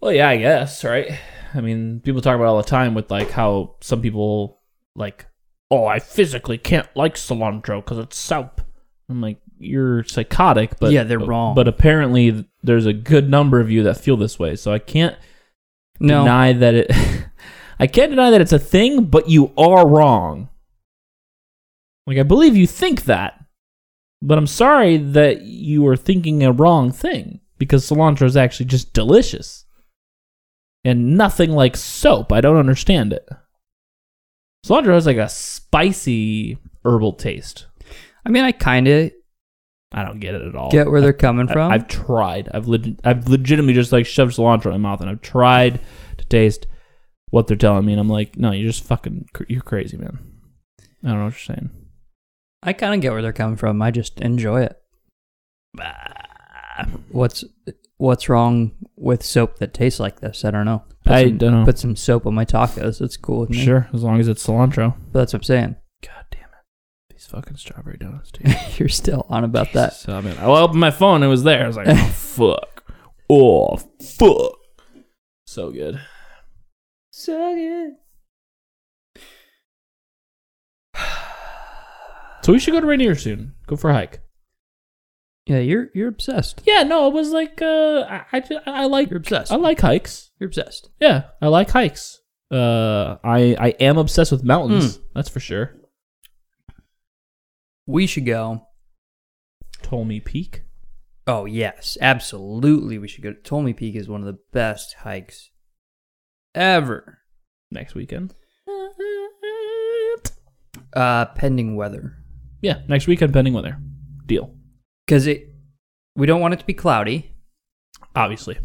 Speaker 1: Well, yeah, I guess, right? I mean, people talk about it all the time with like how some people like, oh, I physically can't like cilantro because it's soup. I'm like, you're psychotic, but
Speaker 2: Yeah, they're wrong.
Speaker 1: But apparently, there's a good number of you that feel this way, so I can't
Speaker 2: No,
Speaker 1: deny that it. I can't deny that it's a thing, but you are wrong. Like I believe you think that, but I'm sorry that you are thinking a wrong thing because cilantro is actually just delicious and nothing like soap. I don't understand it. Cilantro has like a spicy herbal taste.
Speaker 2: I mean I kind of
Speaker 1: I don't get it at all.
Speaker 2: get where they're coming
Speaker 1: Oh, I-
Speaker 2: from.
Speaker 1: I've tried. I've leg- I've legitimately just like shoved cilantro in my mouth, and I've tried to taste what they're telling me, and I'm like, no, you're just fucking, cr- you're crazy, man. I don't know what you're saying.
Speaker 2: I kind of get where they're coming from. I just enjoy it. What's what's wrong with soap that tastes like this? I don't know. Put
Speaker 1: I
Speaker 2: some-
Speaker 1: dunno.
Speaker 2: Put some soap on my tacos. It's cool with me.
Speaker 1: Sure, as long as it's cilantro.
Speaker 2: But that's what I'm saying.
Speaker 1: God damn it, these fucking strawberry donuts, dude.
Speaker 2: You're still on about that.
Speaker 1: So I mean, I opened my phone, it was there. I was like, oh fuck, oh fuck, so good.
Speaker 2: So good.
Speaker 1: So we should go to Rainier soon. Go for a hike.
Speaker 2: Yeah, you're you're obsessed.
Speaker 1: Yeah, no, it was like, uh, I, I, ju- I like,
Speaker 2: You're obsessed.
Speaker 1: I like hikes.
Speaker 2: You're obsessed.
Speaker 1: Yeah, I like hikes. Uh, I I am obsessed with mountains. That's for sure.
Speaker 2: We should go.
Speaker 1: Ptolemy Peak.
Speaker 2: Oh yes, absolutely. We should go. Ptolemy Peak is one of the best hikes ever.
Speaker 1: next weekend.
Speaker 2: Uh, pending weather,
Speaker 1: Yeah, next weekend, pending weather. Deal.
Speaker 2: because it. We don't want it to be cloudy.
Speaker 1: Obviously.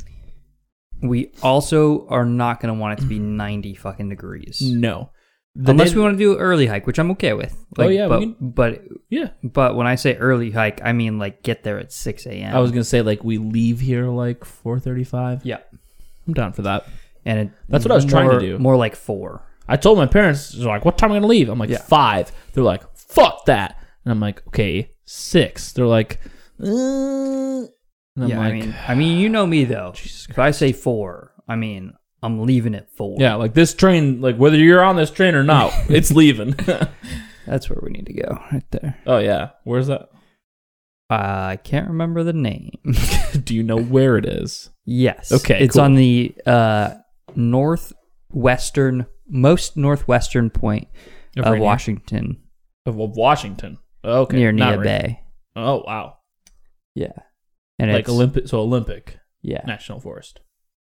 Speaker 2: We also are not going to want it to be
Speaker 1: Mm.
Speaker 2: 90 fucking degrees.
Speaker 1: No.
Speaker 2: Unless we want to do early hike, which I'm okay with.
Speaker 1: Oh, yeah, we
Speaker 2: But,
Speaker 1: can-
Speaker 2: but,
Speaker 1: Yeah.
Speaker 2: but when I say early hike, I mean like get there at 6 a.m.
Speaker 1: I was gonna say like we leave here like four thirty-five.
Speaker 2: Yeah.
Speaker 1: I'm down for that.
Speaker 2: And it,
Speaker 1: That's what I was trying to
Speaker 2: more-
Speaker 1: do.
Speaker 2: More like four.
Speaker 1: I told my parents, they're like, "What time am I gonna leave?" I'm like,
Speaker 2: Yeah.
Speaker 1: five. They're like, "Fuck that," and I'm like, "Okay, six. They're like, "Uh," and I'm
Speaker 2: yeah,
Speaker 1: like,
Speaker 2: I mean, I mean, you know me though. if I say four, I mean I'm leaving at four.
Speaker 1: Yeah, like this train, like whether you're on this train or not, it's leaving.
Speaker 2: that's where we need to go right there.
Speaker 1: oh yeah, where's that?
Speaker 2: I can't remember the name.
Speaker 1: Do you know where it is?
Speaker 2: yes.
Speaker 1: Okay,
Speaker 2: It's
Speaker 1: cool.
Speaker 2: on the uh, northwestern, most northwestern point
Speaker 1: Of
Speaker 2: of
Speaker 1: Rainier?
Speaker 2: Washington.
Speaker 1: Of of Washington. Okay,
Speaker 2: near
Speaker 1: not
Speaker 2: Nia
Speaker 1: right.
Speaker 2: Bay.
Speaker 1: Oh wow,
Speaker 2: Yeah, and
Speaker 1: like
Speaker 2: it's,
Speaker 1: Olympic. So Olympic
Speaker 2: yeah,
Speaker 1: National Forest.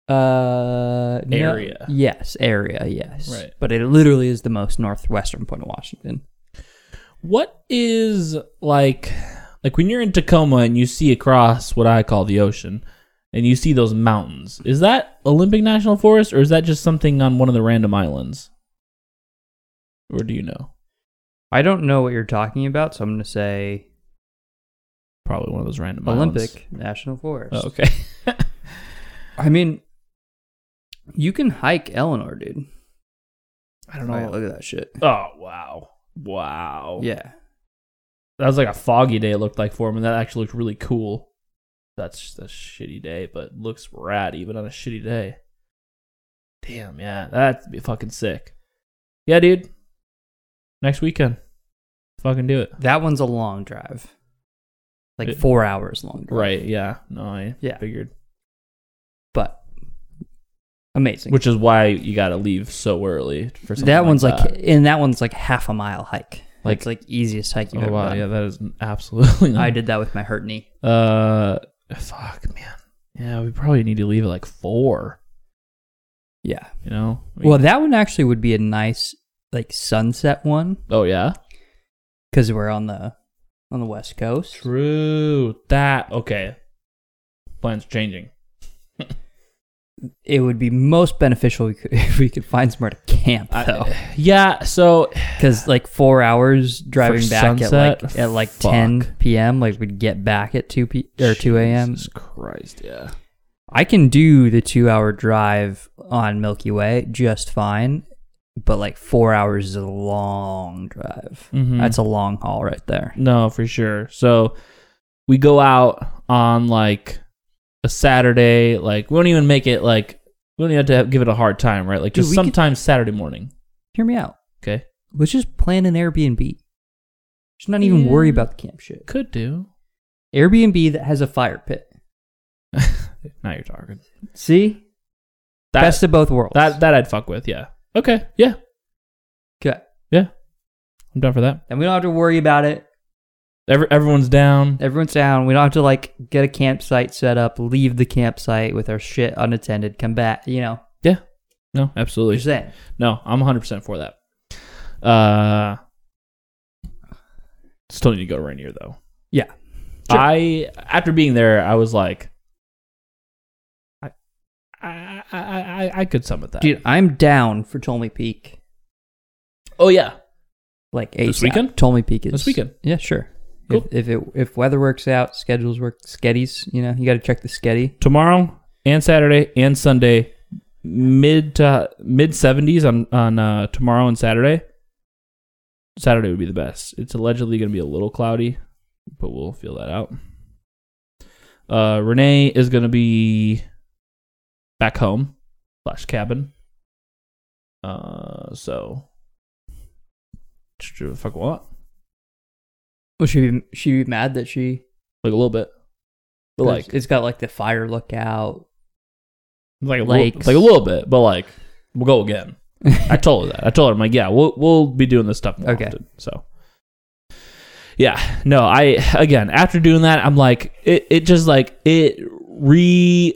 Speaker 2: uh, no-
Speaker 1: Area.
Speaker 2: yes, area, yes,
Speaker 1: Right.
Speaker 2: But it literally is the most northwestern point of Washington.
Speaker 1: What is like, like when you're in Tacoma and you see across what I call the ocean, and you see those mountains? Is that Olympic National Forest, or is that just something on one of the random islands? Or do you know?
Speaker 2: I don't know what you're talking about, so I'm gonna say
Speaker 1: Probably one of those random islands.
Speaker 2: Olympic National Forest.
Speaker 1: Oh, okay.
Speaker 2: I mean, you can hike Eleanor, dude.
Speaker 1: I don't
Speaker 2: Like, look at that shit.
Speaker 1: Oh wow, wow.
Speaker 2: Yeah,
Speaker 1: that was like a foggy day. It looked like for him, and that actually looked really cool. That's just a shitty day, but looks rad even on a shitty day. Damn, yeah, that'd be fucking sick. Yeah, dude. Next weekend, fucking do it.
Speaker 2: that one's a long drive, like
Speaker 1: It-
Speaker 2: four hours long. Drive,
Speaker 1: Right? Yeah. No, I
Speaker 2: Yeah.
Speaker 1: figured.
Speaker 2: but amazing.
Speaker 1: Which is why you got to leave so early for something
Speaker 2: that one's like,
Speaker 1: that.
Speaker 2: and that one's like half a mile hike.
Speaker 1: Like-
Speaker 2: Like, it's like easiest hike you've
Speaker 1: oh
Speaker 2: ever
Speaker 1: wow,
Speaker 2: done.
Speaker 1: yeah, that is absolutely. Not
Speaker 2: I did that with my hurt knee.
Speaker 1: Uh, fuck, man. Yeah, we probably need to leave at like four.
Speaker 2: Yeah.
Speaker 1: You know. We-
Speaker 2: Well, that one actually would be a nice like sunset one
Speaker 1: Oh yeah.
Speaker 2: because we're on the on the west coast.
Speaker 1: True. That okay. Plans changing.
Speaker 2: It would be most beneficial we could, if we could find somewhere to camp though,
Speaker 1: yeah. So
Speaker 2: because like four hours driving back
Speaker 1: sunset?
Speaker 2: at like at like
Speaker 1: Fuck.
Speaker 2: ten p.m. Like we'd get back at two p or two a.m.
Speaker 1: Jesus Christ. Yeah.
Speaker 2: I can do the two hour drive on Milky Way just fine, but like four hours is a long drive.
Speaker 1: Mhm.
Speaker 2: That's a long haul right there.
Speaker 1: No, for sure. So we go out on like a Saturday. Like we don't even make it. Like we don't even have to have, give it a hard time, right? Like
Speaker 2: Dude,
Speaker 1: just
Speaker 2: we could-
Speaker 1: sometime Saturday morning.
Speaker 2: Hear me out.
Speaker 1: Okay.
Speaker 2: Let's just plan an Airbnb. Should not even
Speaker 1: Yeah.
Speaker 2: worry about the camp shit.
Speaker 1: Could do.
Speaker 2: Airbnb that has a fire pit.
Speaker 1: Now you're talking.
Speaker 2: See,
Speaker 1: That,
Speaker 2: best of both worlds.
Speaker 1: that that I'd fuck with. Yeah. Okay. Yeah.
Speaker 2: okay.
Speaker 1: I'm down for that.
Speaker 2: And we don't have to worry about it.
Speaker 1: Every, everyone's down.
Speaker 2: Everyone's down. We don't have to like get a campsite set up, leave the campsite with our shit unattended, come back. You know,
Speaker 1: Yeah. No, absolutely.
Speaker 2: you're saying
Speaker 1: No, I'm 100% for that. Uh, still need to go to Rainier though.
Speaker 2: Yeah. Sure.
Speaker 1: I after being there, I was like, I, I, I, I, I could summit that.
Speaker 2: dude, I'm down for Ptolemy Peak.
Speaker 1: Oh yeah,
Speaker 2: Like ASAP.
Speaker 1: This weekend?
Speaker 2: Ptolemy Peak is
Speaker 1: This weekend.
Speaker 2: Yeah, sure.
Speaker 1: Cool.
Speaker 2: If, if it if weather works out, schedules work, skeddies. You know, you got to check the skeddy.
Speaker 1: tomorrow and Saturday and Sunday, mid to mid seventies on on uh, tomorrow and Saturday. Saturday would be the best. It's allegedly going to be a little cloudy, but we'll feel that out. Uh, Renee is going to be back home slash cabin. Uh, so just do what the fuck we want.
Speaker 2: Well, she be, she be mad that she
Speaker 1: Like a little bit, but like
Speaker 2: it's got like the fire lookout.
Speaker 1: like a
Speaker 2: Like-
Speaker 1: little, like a little bit, but like we'll go again. I told her that. I told her I'm like, yeah, we'll we'll be doing this stuff more
Speaker 2: Okay.
Speaker 1: often. So yeah, no, I again after doing that, I'm like it. It just like it re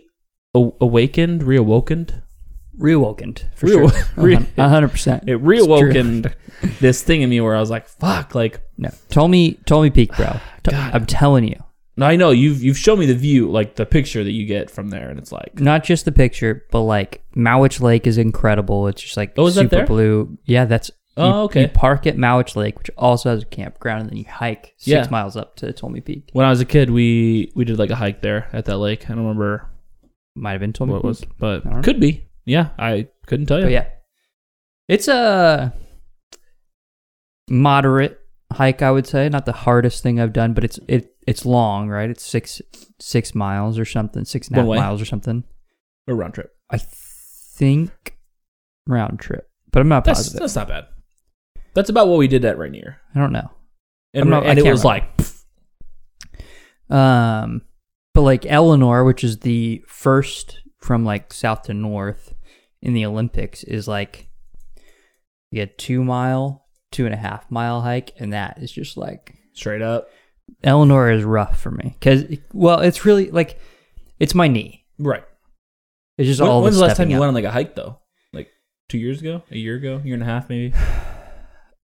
Speaker 1: a- awakened, reawokened,
Speaker 2: Reawokened for
Speaker 1: Reaw-
Speaker 2: sure.
Speaker 1: re-
Speaker 2: A hundred percent.
Speaker 1: it reawokened this thing in me where I was like, fuck, like
Speaker 2: No, Ptolemy Ptolemy Peak, bro. T-
Speaker 1: God.
Speaker 2: I'm telling you,
Speaker 1: no, I know you've you've shown me the view, like the picture that you get from there, and it's like
Speaker 2: not just the picture, but like Mowich Lake is incredible. It's just like
Speaker 1: Oh, is that
Speaker 2: super
Speaker 1: there?
Speaker 2: blue. Yeah, that's. you-
Speaker 1: Oh, okay.
Speaker 2: You park at Mowich Lake, which also has a campground, and then you hike six
Speaker 1: Yeah.
Speaker 2: miles up to Ptolemy Peak.
Speaker 1: when I was a kid, we we did like a hike there at that lake. I don't remember
Speaker 2: Might have been Ptolemy
Speaker 1: what it
Speaker 2: Peak.
Speaker 1: was, but
Speaker 2: I don't know.
Speaker 1: could be. Yeah, I couldn't tell you.
Speaker 2: But yeah, it's a moderate hike, I would say. Not the hardest thing I've done, but it's it it's long, right? It's six six miles or something, six and a
Speaker 1: One
Speaker 2: half
Speaker 1: way?
Speaker 2: miles or something.
Speaker 1: A round trip.
Speaker 2: I think round trip, but I'm not
Speaker 1: That's
Speaker 2: positive.
Speaker 1: that's not bad. That's about what we did at Rainier,
Speaker 2: I don't know. I'm
Speaker 1: and,
Speaker 2: not- I
Speaker 1: and it
Speaker 2: can't
Speaker 1: was
Speaker 2: remember.
Speaker 1: like pff,
Speaker 2: Um, but like Eleanor, which is the first from like south to north in the Olympics, is like you get two mile, two and a half mile hike, and that is just like
Speaker 1: straight up.
Speaker 2: Eleanor is rough for me because well, it's really like it's my knee.
Speaker 1: Right.
Speaker 2: It's just
Speaker 1: When-
Speaker 2: all.
Speaker 1: when's
Speaker 2: the
Speaker 1: the last time
Speaker 2: stepping
Speaker 1: you
Speaker 2: up.
Speaker 1: went on like a hike though? Like two years ago, a year ago, year and a half maybe.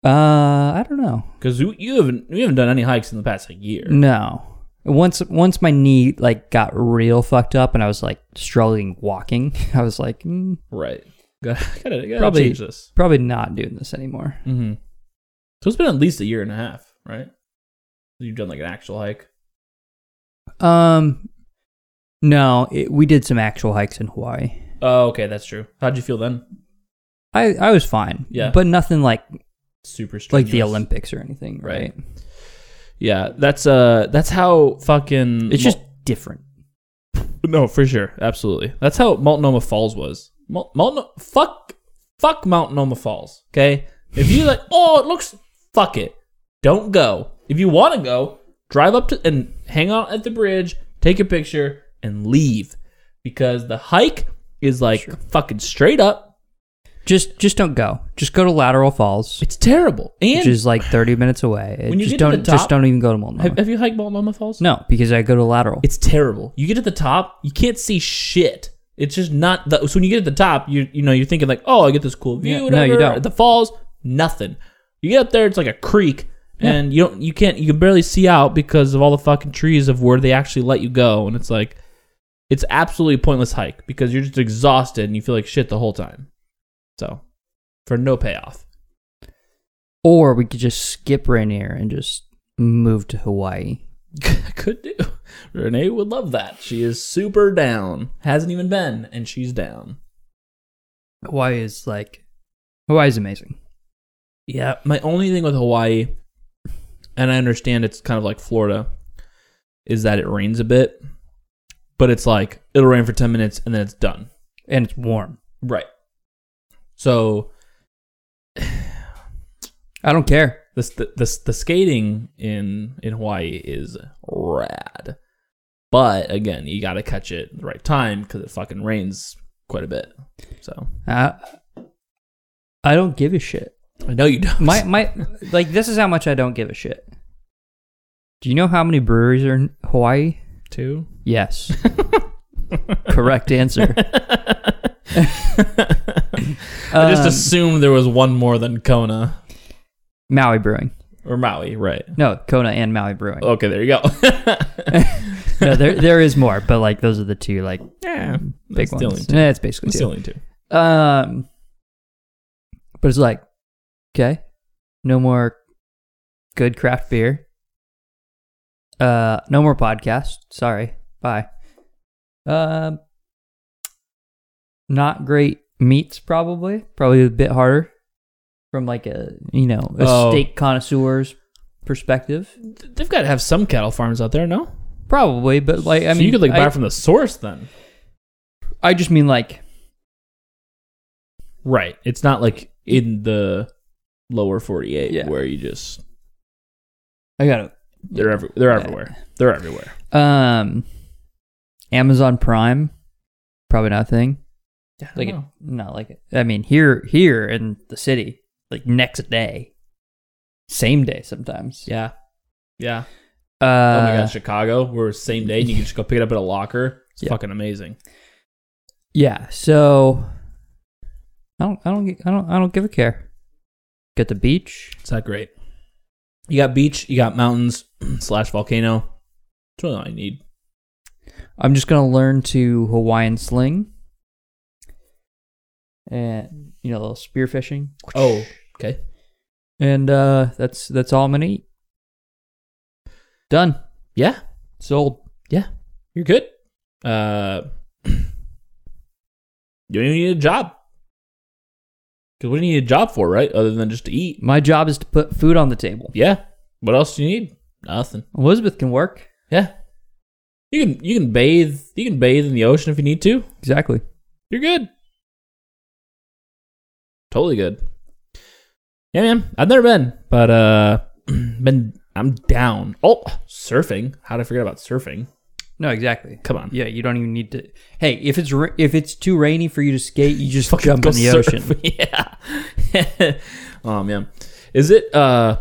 Speaker 2: Uh, I don't know.
Speaker 1: Because you, you haven't you haven't done any hikes in the past like year.
Speaker 2: Mm. No. Once once my knee like got real fucked up and I was like struggling walking, I was like mm,
Speaker 1: Right. Gotta, gotta, gotta
Speaker 2: Probably-
Speaker 1: change this.
Speaker 2: probably not doing this anymore.
Speaker 1: Mm-hmm. So it's been at least a year and a half, right? You've done like an actual hike.
Speaker 2: Um, no, it, we did some actual hikes in Hawaii.
Speaker 1: Oh, okay, that's true. How'd you feel then?
Speaker 2: I I was fine.
Speaker 1: Yeah.
Speaker 2: but nothing like
Speaker 1: Super strenuous.
Speaker 2: like the Olympics or anything,
Speaker 1: Right.
Speaker 2: right?
Speaker 1: Yeah, that's uh, that's how fucking.
Speaker 2: It's just different.
Speaker 1: No, for sure, absolutely. That's how Multnomah Falls was. Mul- Multno- fuck, fuck Multnomah Falls. Okay, if you like, oh, it looks fuck it. Don't go. If you want to go, drive up to and hang out at the bridge, take a picture, and leave, because the hike is like
Speaker 2: Sure.
Speaker 1: fucking straight up.
Speaker 2: Just just don't go. Just go to Lateral Falls,
Speaker 1: It's terrible.
Speaker 2: which
Speaker 1: And
Speaker 2: is like thirty minutes away.
Speaker 1: When you
Speaker 2: just
Speaker 1: get to
Speaker 2: don't
Speaker 1: the
Speaker 2: just
Speaker 1: top-
Speaker 2: don't even go to Multnomah.
Speaker 1: have, have you hiked Multnomah Falls?
Speaker 2: no, because I go to Lateral.
Speaker 1: It's terrible. You get to the top, you can't see shit. It's just not the, so when you get to the top, you you know you're thinking like, oh, I get this cool view.
Speaker 2: Yeah, no,
Speaker 1: whatever.
Speaker 2: you don't.
Speaker 1: At the falls, nothing. You get up there, it's like a creek, and you don't you can't you can barely see out because of all the fucking trees of where they actually let you go, and it's like, it's absolutely pointless hike because you're just exhausted and you feel like shit the whole time. So, for no payoff.
Speaker 2: Or we could just skip Rainier and just move to Hawaii.
Speaker 1: Could do. Renee would love that. She is super down. Hasn't even been, and she's down.
Speaker 2: Hawaii is like Hawaii is amazing.
Speaker 1: Yeah, my only thing with Hawaii, and I understand it's kind of like Florida, is that it rains a bit, but it's like it'll rain for 10 minutes and then it's done.
Speaker 2: And it's warm.
Speaker 1: Right. So,
Speaker 2: I don't care.
Speaker 1: The, the the the skating in in Hawaii is rad, but again, you got to catch it at the right time because it fucking rains quite a bit. So
Speaker 2: I, Uh, I don't give a shit.
Speaker 1: I know you don't.
Speaker 2: My my like this is how much I don't give a shit. Do you know how many breweries are in Hawaii?
Speaker 1: too.
Speaker 2: Yes. Correct answer.
Speaker 1: I just
Speaker 2: Um,
Speaker 1: assumed there was one more than Kona
Speaker 2: Maui Brewing.
Speaker 1: or Maui, right?
Speaker 2: No, Kona and Maui Brewing.
Speaker 1: Okay, there you go.
Speaker 2: No, there there is more, but like those are the two like
Speaker 1: yeah,
Speaker 2: big
Speaker 1: that's The only
Speaker 2: ones.
Speaker 1: two.
Speaker 2: Yeah, it's basically
Speaker 1: That's the
Speaker 2: two.
Speaker 1: only two.
Speaker 2: Um, but it's like, okay, no more good craft beer. Uh, no more podcast. Sorry, bye. Um, not great meats. Probably, probably a bit harder from like a you know a
Speaker 1: Oh.
Speaker 2: steak connoisseur's perspective.
Speaker 1: They've got to have some cattle farms out there, no?
Speaker 2: Probably, but like I
Speaker 1: so
Speaker 2: mean,
Speaker 1: you could like
Speaker 2: I,
Speaker 1: buy from the source then,
Speaker 2: I just mean like
Speaker 1: right? It's not like in the lower forty-eight
Speaker 2: Yeah.
Speaker 1: where you just
Speaker 2: I got
Speaker 1: they're every, they're
Speaker 2: Yeah.
Speaker 1: everywhere. They're everywhere.
Speaker 2: it. Um, Amazon Prime, probably not a thing.
Speaker 1: Yeah,
Speaker 2: like it, not like it. I mean here here in the city like next day same day sometimes
Speaker 1: yeah, yeah.
Speaker 2: uh,
Speaker 1: oh my god, Chicago, we're same day. and You can just go pick it up at a locker. It's
Speaker 2: Yeah.
Speaker 1: fucking amazing.
Speaker 2: yeah so I don't I don't get- I don't I don't give a care get the beach
Speaker 1: It's not great. You got beach, you got mountains slash volcano. That's really all I need.
Speaker 2: I'm just gonna learn to Hawaiian sling and you know a little spear fishing
Speaker 1: Oh, okay.
Speaker 2: and uh that's that's all I'm gonna eat done
Speaker 1: Yeah,
Speaker 2: sold
Speaker 1: you're good. Uh, you don't even need a job. Because what do you need a job for, right? Other than just to eat.
Speaker 2: my job is to put food on the table
Speaker 1: Yeah. What else do you need? Nothing.
Speaker 2: Elizabeth can work
Speaker 1: Yeah. You can you can bathe you can bathe in the ocean if you need to.
Speaker 2: exactly
Speaker 1: You're good. Totally good. Yeah, man. I've never been, but uh, been. I'm down. Oh, surfing. How did I forget about surfing?
Speaker 2: no exactly
Speaker 1: Come on.
Speaker 2: Yeah, you don't even need to. Hey, if it's ra- if it's too rainy for you to skate, you just jump
Speaker 1: Go
Speaker 2: in the
Speaker 1: surf.
Speaker 2: ocean.
Speaker 1: yeah. oh man, is it uh?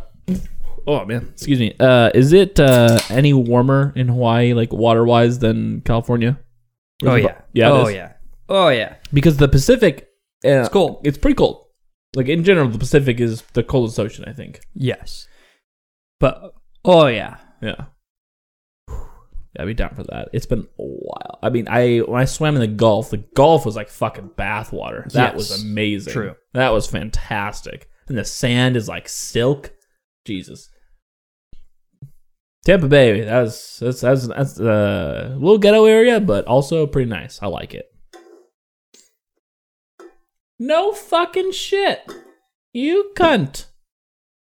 Speaker 1: Oh man, excuse me. Uh, is it uh any warmer in Hawaii, like water wise, than California? Or is
Speaker 2: Oh
Speaker 1: it-
Speaker 2: yeah,
Speaker 1: yeah. it
Speaker 2: oh
Speaker 1: is.
Speaker 2: yeah, oh yeah.
Speaker 1: Because the Pacific, uh,
Speaker 2: It's cold.
Speaker 1: it's pretty cold. Like in general, the Pacific is the coldest ocean, I think.
Speaker 2: Yes, but oh yeah,
Speaker 1: Yeah. Yeah, I'd be down for that. It's been a while. I mean, I when I swam in the Gulf, the Gulf was like fucking bathwater. That
Speaker 2: Yes.
Speaker 1: was amazing.
Speaker 2: True.
Speaker 1: That was fantastic. And the sand is like silk. Jesus. Tampa Bay, that was that's that's that's uh, a little ghetto area, but also pretty nice. I like it. No fucking shit. You cunt.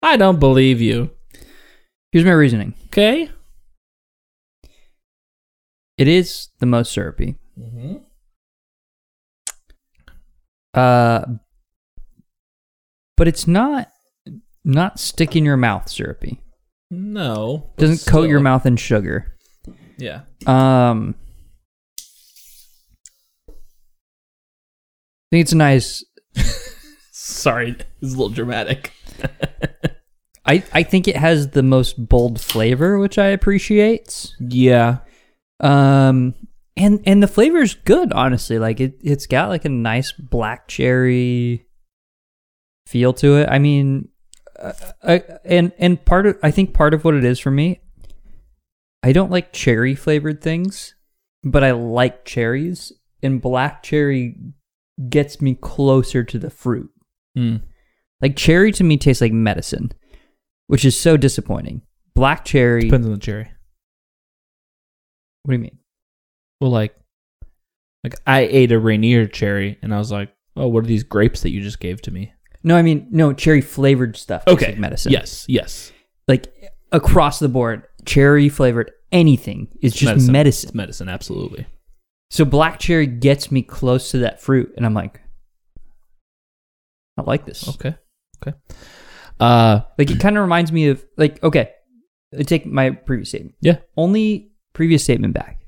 Speaker 1: I don't believe you.
Speaker 2: here's my reasoning.
Speaker 1: Okay?
Speaker 2: It is the most syrupy.
Speaker 1: Mm-hmm.
Speaker 2: Uh, but it's not not stick in your mouth syrupy.
Speaker 1: No. but
Speaker 2: Doesn't coat your
Speaker 1: still.
Speaker 2: mouth in sugar.
Speaker 1: Yeah.
Speaker 2: Um, I think it's a nice
Speaker 1: Sorry, it's a little dramatic.
Speaker 2: I, I think it has the most bold flavor, which I appreciate.
Speaker 1: Yeah.
Speaker 2: Um, and and the flavor's good, honestly. Like it, it's got like a nice black cherry feel to it. I mean, uh, I, and and part of I think part of what it is for me, I don't like cherry flavored things, but I like cherries, and black cherry gets me closer to the fruit.
Speaker 1: Hmm.
Speaker 2: Like cherry to me tastes like medicine, which is so disappointing. Black cherry.
Speaker 1: Depends on the cherry.
Speaker 2: What do you mean?
Speaker 1: Well, like, like I ate a Rainier cherry, and I was like, "Oh, what are these grapes that you just gave to me?"
Speaker 2: No, I mean no cherry flavored stuff. tastes like medicine.
Speaker 1: Yes. Yes.
Speaker 2: like across the board, cherry flavored anything is just medicine.
Speaker 1: It's medicine. Absolutely.
Speaker 2: So black cherry gets me close
Speaker 1: Oh.
Speaker 2: to that fruit, and I'm like, I like this.
Speaker 1: Okay. Okay. Uh,
Speaker 2: Like it kind of reminds me of like okay, I take my previous statement.
Speaker 1: Yeah.
Speaker 2: Only previous statement back.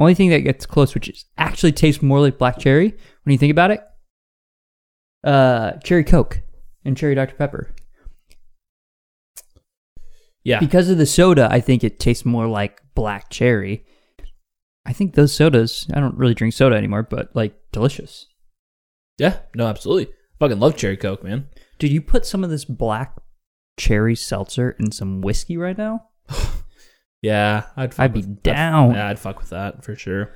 Speaker 2: Only thing that gets close, which is actually tastes more like black cherry when you think about it. Uh, cherry Coke and cherry Dr Pepper
Speaker 1: yeah.
Speaker 2: because of the soda. I think it tastes more like black cherry. I think those sodas. I don't really drink soda anymore, but like delicious.
Speaker 1: Yeah. No, absolutely. Fucking love cherry coke, man.
Speaker 2: Dude, you put some of this black cherry seltzer in some whiskey right now?
Speaker 1: Yeah, I'd. Fuck
Speaker 2: I'd be
Speaker 1: with, I'd-
Speaker 2: down.
Speaker 1: yeah, I'd fuck with that for sure.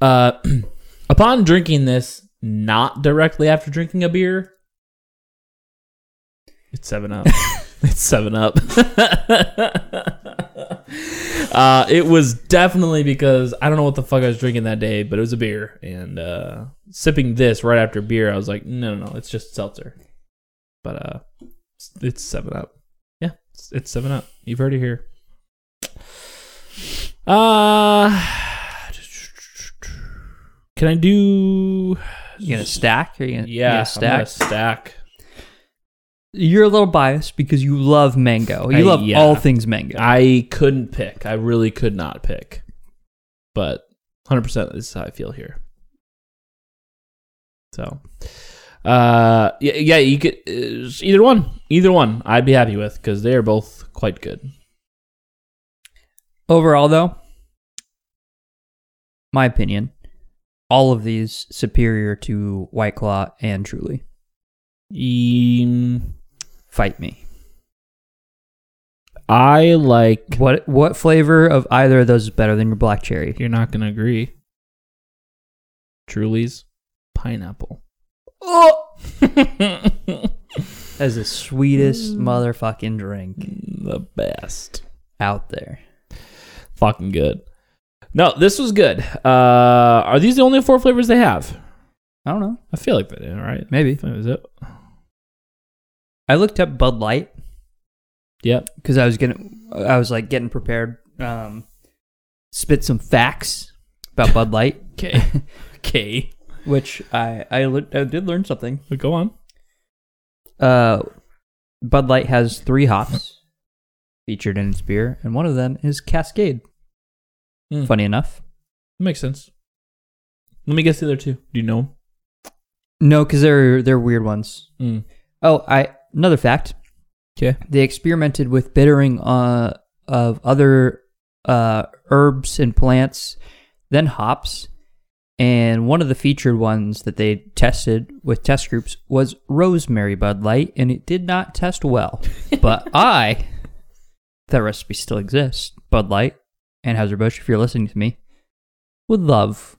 Speaker 1: Uh, upon drinking this, not directly after drinking a beer, it's Seven Up. it's Seven Up. uh, it was definitely because I don't know what the fuck I was drinking that day, but it was a beer, and uh, sipping this right after beer, I was like, no, no, no, it's just seltzer. But uh, it's- it's Seven Up. Yeah, it's, it's Seven Up. You've heard it here. Uh, can I do?
Speaker 2: You gonna stack? Or you gonna, you
Speaker 1: Yeah,
Speaker 2: gonna
Speaker 1: I'm gonna
Speaker 2: stack?
Speaker 1: stack.
Speaker 2: You're a little biased because you love mango. You
Speaker 1: I-
Speaker 2: love
Speaker 1: yeah.
Speaker 2: all things mango.
Speaker 1: I couldn't pick. I really could not pick. But 100% this is how I feel here. So, uh, yeah, yeah, you could uh, either one, either one. I'd be happy with because they are both quite good.
Speaker 2: Overall, though, my opinion, all of these superior to White Claw and Truly.
Speaker 1: Um,
Speaker 2: Fight me.
Speaker 1: I like.
Speaker 2: What what flavor of either of those is better than your black cherry?
Speaker 1: You're not gonna agree. Truly's pineapple.
Speaker 2: Oh,
Speaker 1: the
Speaker 2: that is the sweetest motherfucking drink
Speaker 1: best.
Speaker 2: out there.
Speaker 1: Fucking good. No, this was good. Uh, are these the only four flavors they have?
Speaker 2: I don't know.
Speaker 1: I feel like they did, right?
Speaker 2: Maybe
Speaker 1: That was it.
Speaker 2: I looked up Bud Light.
Speaker 1: Yep.
Speaker 2: because I was gonna, I was like getting prepared, um, spit some facts about Bud Light,
Speaker 1: Okay. okay.
Speaker 2: which I I, le- I did learn something.
Speaker 1: But go on.
Speaker 2: Uh, Bud Light has three hops featured in its beer, and one of them is Cascade.
Speaker 1: Hmm.
Speaker 2: Funny enough,
Speaker 1: Makes sense. Let me guess the other two. Do you know?
Speaker 2: no, because they're they're weird ones.
Speaker 1: Mm.
Speaker 2: Oh, I another fact.
Speaker 1: 'Kay.
Speaker 2: They experimented with bittering uh, of other uh, herbs and plants, then hops, and one of the featured ones that they tested with test groups was rosemary Bud Light, and it did not test well. but I, that recipe still exists. Bud Light and Busch, if you're listening to me, would love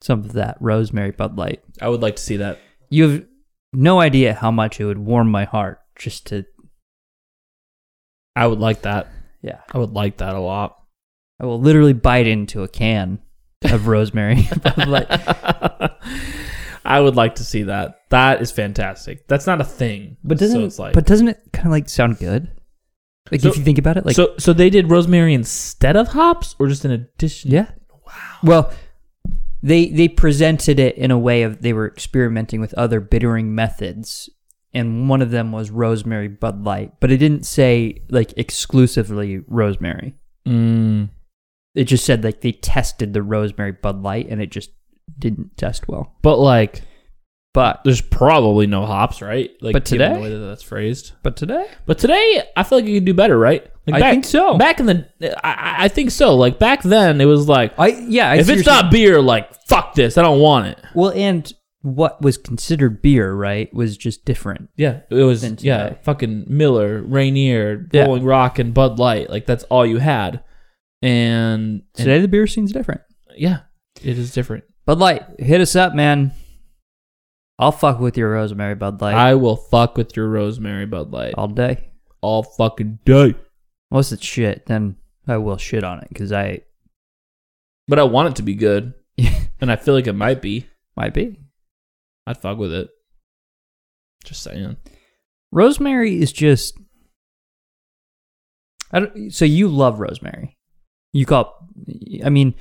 Speaker 2: some of that rosemary Bud Light.
Speaker 1: I would like to see that.
Speaker 2: You have no idea how much it would warm my heart just to,
Speaker 1: I would like that.
Speaker 2: yeah.
Speaker 1: I would like that a lot.
Speaker 2: I will literally bite into a can of rosemary. like,
Speaker 1: I would like to see that. That is fantastic. That's not a thing.
Speaker 2: but doesn't
Speaker 1: so it's like
Speaker 2: but doesn't it kind of like sound good? Like
Speaker 1: So-
Speaker 2: if you think about it, like
Speaker 1: so so they did rosemary instead of hops or just an addition?
Speaker 2: yeah. Wow. Well, they they presented it in a way of they were experimenting with other bittering methods, and one of them was rosemary Bud Light, but it didn't say like exclusively rosemary.
Speaker 1: Mm,
Speaker 2: It just said like they tested the rosemary Bud Light, and it just didn't test well.
Speaker 1: but like
Speaker 2: But
Speaker 1: there's probably no hops, right? Like
Speaker 2: But
Speaker 1: given the
Speaker 2: today?
Speaker 1: way that that's phrased.
Speaker 2: but today,
Speaker 1: But today, I feel like you could do better, right? Like
Speaker 2: I think so.
Speaker 1: Back in the, I- I, I think so. Like back then, it was like
Speaker 2: I yeah, I
Speaker 1: if
Speaker 2: see
Speaker 1: it's
Speaker 2: your-
Speaker 1: not beer, like fuck this, I don't want it.
Speaker 2: Well, and what was considered beer, right, was just different.
Speaker 1: Yeah, it was
Speaker 2: Than
Speaker 1: yeah,
Speaker 2: today.
Speaker 1: fucking Miller, Rainier,
Speaker 2: Yeah.
Speaker 1: Rolling Rock, and Bud Light. Like that's all you had, and, and-
Speaker 2: Today, the beer scene's different.
Speaker 1: yeah, it is different.
Speaker 2: Bud Light, hit us up, man. I'll fuck with your rosemary Bud Light
Speaker 1: I will fuck with your rosemary Bud Light
Speaker 2: all day.
Speaker 1: all fucking day,
Speaker 2: Unless it's shit, then I will shit on it because I
Speaker 1: but I want it to be good, and I feel like it might be.
Speaker 2: might be.
Speaker 1: I'd fuck with it. Just saying.
Speaker 2: Rosemary is just. I don't, so you love rosemary. You call. it- I mean,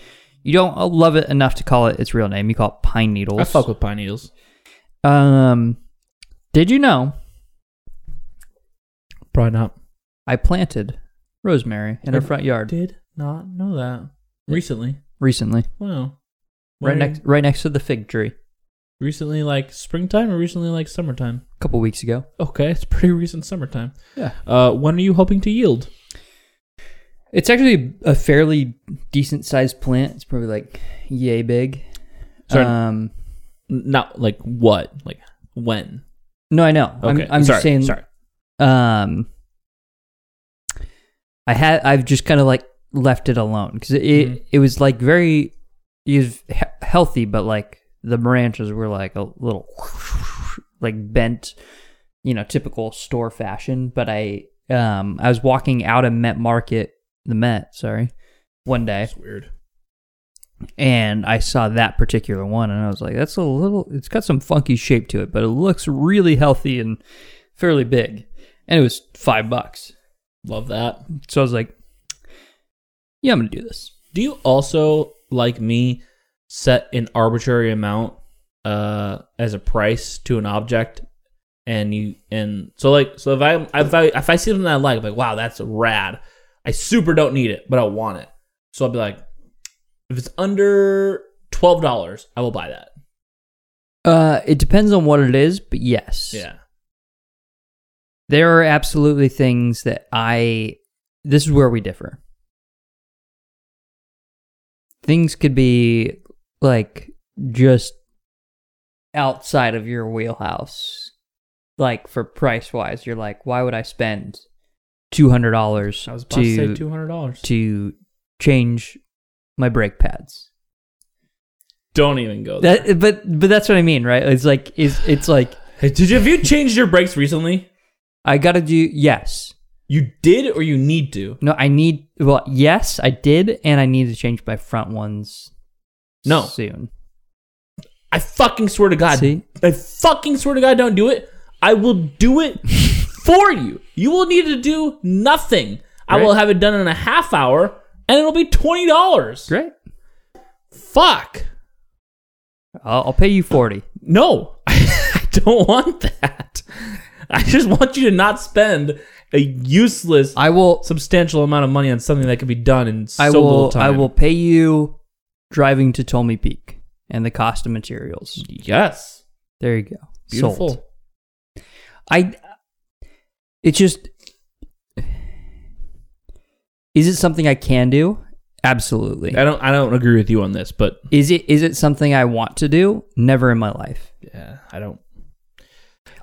Speaker 2: you don't uh, love it enough to call it its real name. You call it pine needles.
Speaker 1: I fuck with pine needles.
Speaker 2: Um, did you know
Speaker 1: Probably not.
Speaker 2: I planted rosemary in our
Speaker 1: Did-
Speaker 2: front yard
Speaker 1: Did not know that
Speaker 2: Yeah.
Speaker 1: recently.
Speaker 2: recently,
Speaker 1: Wow. Where-
Speaker 2: right next right next to the fig tree. A
Speaker 1: Recently, like springtime, or recently, like summertime.
Speaker 2: couple weeks ago,
Speaker 1: Okay, it's pretty recent summertime.
Speaker 2: Yeah.
Speaker 1: Uh, when are you hoping to yield?
Speaker 2: it's actually a fairly decent sized plant. It's probably like yay big.
Speaker 1: Sorry.
Speaker 2: Um,
Speaker 1: Not like what? Like when?
Speaker 2: no, I know.
Speaker 1: Okay.
Speaker 2: I'm, I'm
Speaker 1: sorry.
Speaker 2: just saying.
Speaker 1: Sorry.
Speaker 2: um i had i've just kind of like left it alone because it,
Speaker 1: Mhm.
Speaker 2: it it was like very it was he- healthy but like the branches were like a little like bent you know typical store fashion but i um i was walking out of met market the met sorry one day
Speaker 1: That's weird.
Speaker 2: and I saw that particular one, and I was like, "That's a little. It's got some funky shape to it, but it looks really healthy and fairly big." And it was five bucks,
Speaker 1: Love that.
Speaker 2: so I was like, "Yeah, I'm gonna do this."
Speaker 1: Do you also, like me, set an arbitrary amount uh, as a price to an object? And you and so like so if I if I if I see something that I like, I'm like wow that's rad. I super don't need it, but I want it. So I'll be like, if it's under twelve dollars, I will buy that.
Speaker 2: Uh, it depends on what it is, but yes,
Speaker 1: Yeah.
Speaker 2: there are absolutely things that I. This is where we differ. Things could be like just outside of your wheelhouse. Like for price wise, you're like, why would I spend two hundred dollars
Speaker 1: I was about to, say
Speaker 2: to
Speaker 1: two hundred dollars.
Speaker 2: to change my brake pads?
Speaker 1: Don't even go there.
Speaker 2: That, but but that's what I mean, right? It's like is it's like
Speaker 1: Hey, did you have you changed your brakes recently?
Speaker 2: I gotta do yes.
Speaker 1: You did or you need to?
Speaker 2: No, I need. Well, yes, I did, and I need to change my front ones.
Speaker 1: No.
Speaker 2: soon.
Speaker 1: I fucking swear to God.
Speaker 2: See?
Speaker 1: I fucking swear to God, don't do it. I will do it for you. You will need to do nothing. I will
Speaker 2: Right.
Speaker 1: have it done in a half hour and it'll be $20.
Speaker 2: Great.
Speaker 1: Fuck.
Speaker 2: I'll, I'll pay you forty.
Speaker 1: No, I don't want that. I just want you to not spend a useless,
Speaker 2: I will.
Speaker 1: substantial amount of money on something that could be done in so
Speaker 2: I
Speaker 1: little
Speaker 2: will.
Speaker 1: time.
Speaker 2: I will pay you driving to Tolmy Peak and the cost of materials.
Speaker 1: Yes.
Speaker 2: There you go.
Speaker 1: Beautiful.
Speaker 2: Sold. I. It's just. Is it something I can do? Absolutely.
Speaker 1: I don't. I don't agree with you on this, but
Speaker 2: Is it is it something I want to do? Never in my life.
Speaker 1: yeah, I don't.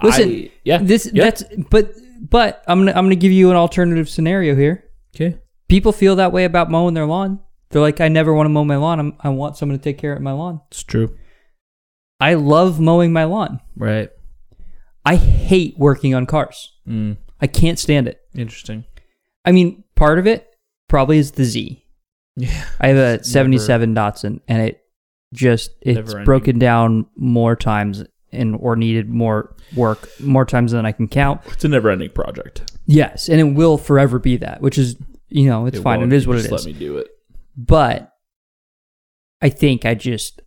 Speaker 2: Listen,
Speaker 1: I- yeah,
Speaker 2: This
Speaker 1: yeah,
Speaker 2: that's but but I'm gonna, I'm gonna give you an alternative scenario here.
Speaker 1: okay.
Speaker 2: People feel that way about mowing their lawn. They're like, I never want to mow my lawn. I'm, I want someone to take care of my lawn.
Speaker 1: It's true,
Speaker 2: I love mowing my lawn.
Speaker 1: right?
Speaker 2: I hate working on cars.
Speaker 1: Mm,
Speaker 2: I can't stand it.
Speaker 1: interesting.
Speaker 2: I mean, part of it probably is the Z.
Speaker 1: Yeah,
Speaker 2: I have a
Speaker 1: It's
Speaker 2: 77 Datsun, and it just it's
Speaker 1: Never-ending.
Speaker 2: broken down more times and or needed more work more times than I can count.
Speaker 1: it's a never-ending project.
Speaker 2: Yes, and it will forever be that, which is you know it's fine. It
Speaker 1: won't.
Speaker 2: is what it
Speaker 1: Just
Speaker 2: is.
Speaker 1: Let me do it.
Speaker 2: but I think I just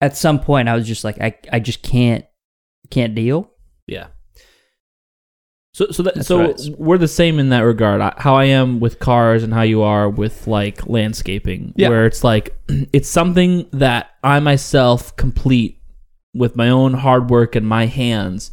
Speaker 2: at some point I was just like I I just can't can't deal.
Speaker 1: Yeah. So so that,
Speaker 2: That's
Speaker 1: so
Speaker 2: right.
Speaker 1: we're the same in that regard. I, how I am with cars and how you are with like landscaping,
Speaker 2: Yeah.
Speaker 1: where it's like it's something that I myself complete with my own hard work and my hands,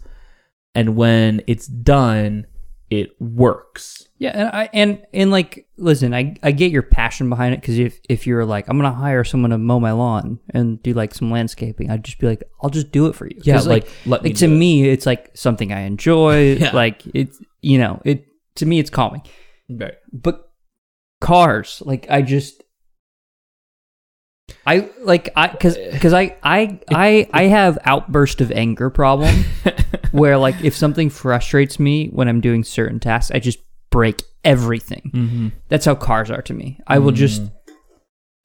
Speaker 1: and when it's done, it works.
Speaker 2: Yeah, and I and and like listen, I I get your passion behind it because if if you're like I'm gonna hire someone to mow my lawn and do like some landscaping, I'd just be like I'll just do it for you. 'Cause,
Speaker 1: Yeah, like, let me
Speaker 2: like to
Speaker 1: do it.
Speaker 2: me it's like something I enjoy.
Speaker 1: Yeah.
Speaker 2: Like it's you know it to me it's calming.
Speaker 1: Right.
Speaker 2: but cars like i just i like i because because i i i i have outburst of anger problem where like if something frustrates me when i'm doing certain tasks i just break everything
Speaker 1: Mm-hmm.
Speaker 2: that's how cars are to me i will just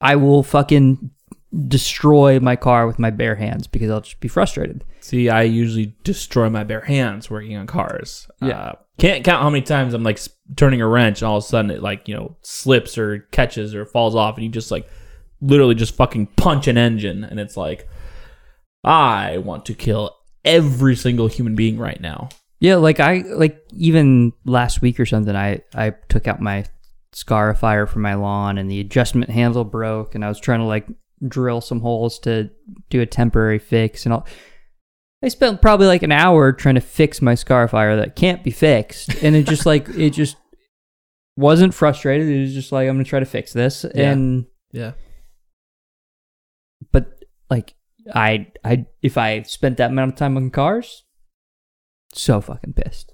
Speaker 2: i will fucking destroy my car with my bare hands because i'll just be frustrated
Speaker 1: See, I usually destroy my bare hands working on cars.
Speaker 2: Yeah.
Speaker 1: Uh, can't count how many times I'm like s- turning a wrench and all of a sudden it like, you know, slips or catches or falls off and you just like literally just fucking punch an engine and it's like I want to kill every single human being right now.
Speaker 2: Yeah, like I like even last week or something, I I took out my scarifier from my lawn, and the adjustment handle broke, and I was trying to like drill some holes to do a temporary fix, and all. I spent probably like an hour trying to fix my scarifier that can't be fixed, and it just like it just wasn't frustrated. It was just like I'm gonna try to fix this,
Speaker 1: Yeah.
Speaker 2: and
Speaker 1: Yeah.
Speaker 2: but like I I if I spent that amount of time on cars, so fucking pissed.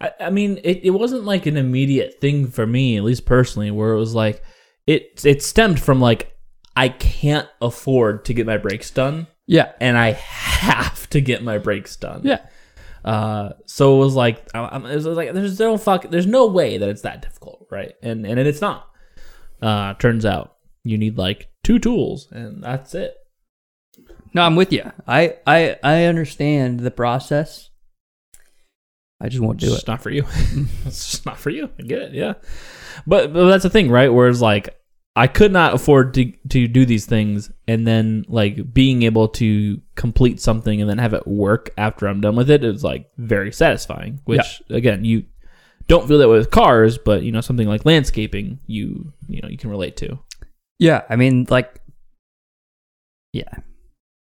Speaker 1: I, I mean, it, it wasn't like an immediate thing for me, at least personally, where it was like it it stemmed from like I can't afford to get my brakes done,
Speaker 2: Yeah,
Speaker 1: and I have to get my brakes done.
Speaker 2: yeah.
Speaker 1: Uh, so it was like I, I'm- it was like there's no fuck, there's no way that it's that difficult, right? And and it's not. Uh, turns out you need like two tools, and that's it.
Speaker 2: No, I'm with you. I I I understand the process. I just won't
Speaker 1: It's
Speaker 2: do it.
Speaker 1: just not for you. it's just not for you. I get it. Yeah. But, but that's the thing, right? Whereas like I could not afford to to do these things and then like being able to complete something and then have it work after I'm done with it is like very satisfying. Which again, you don't feel that way with cars, but you know, something like landscaping you you know you can relate to.
Speaker 2: Yeah, I mean, like, yeah.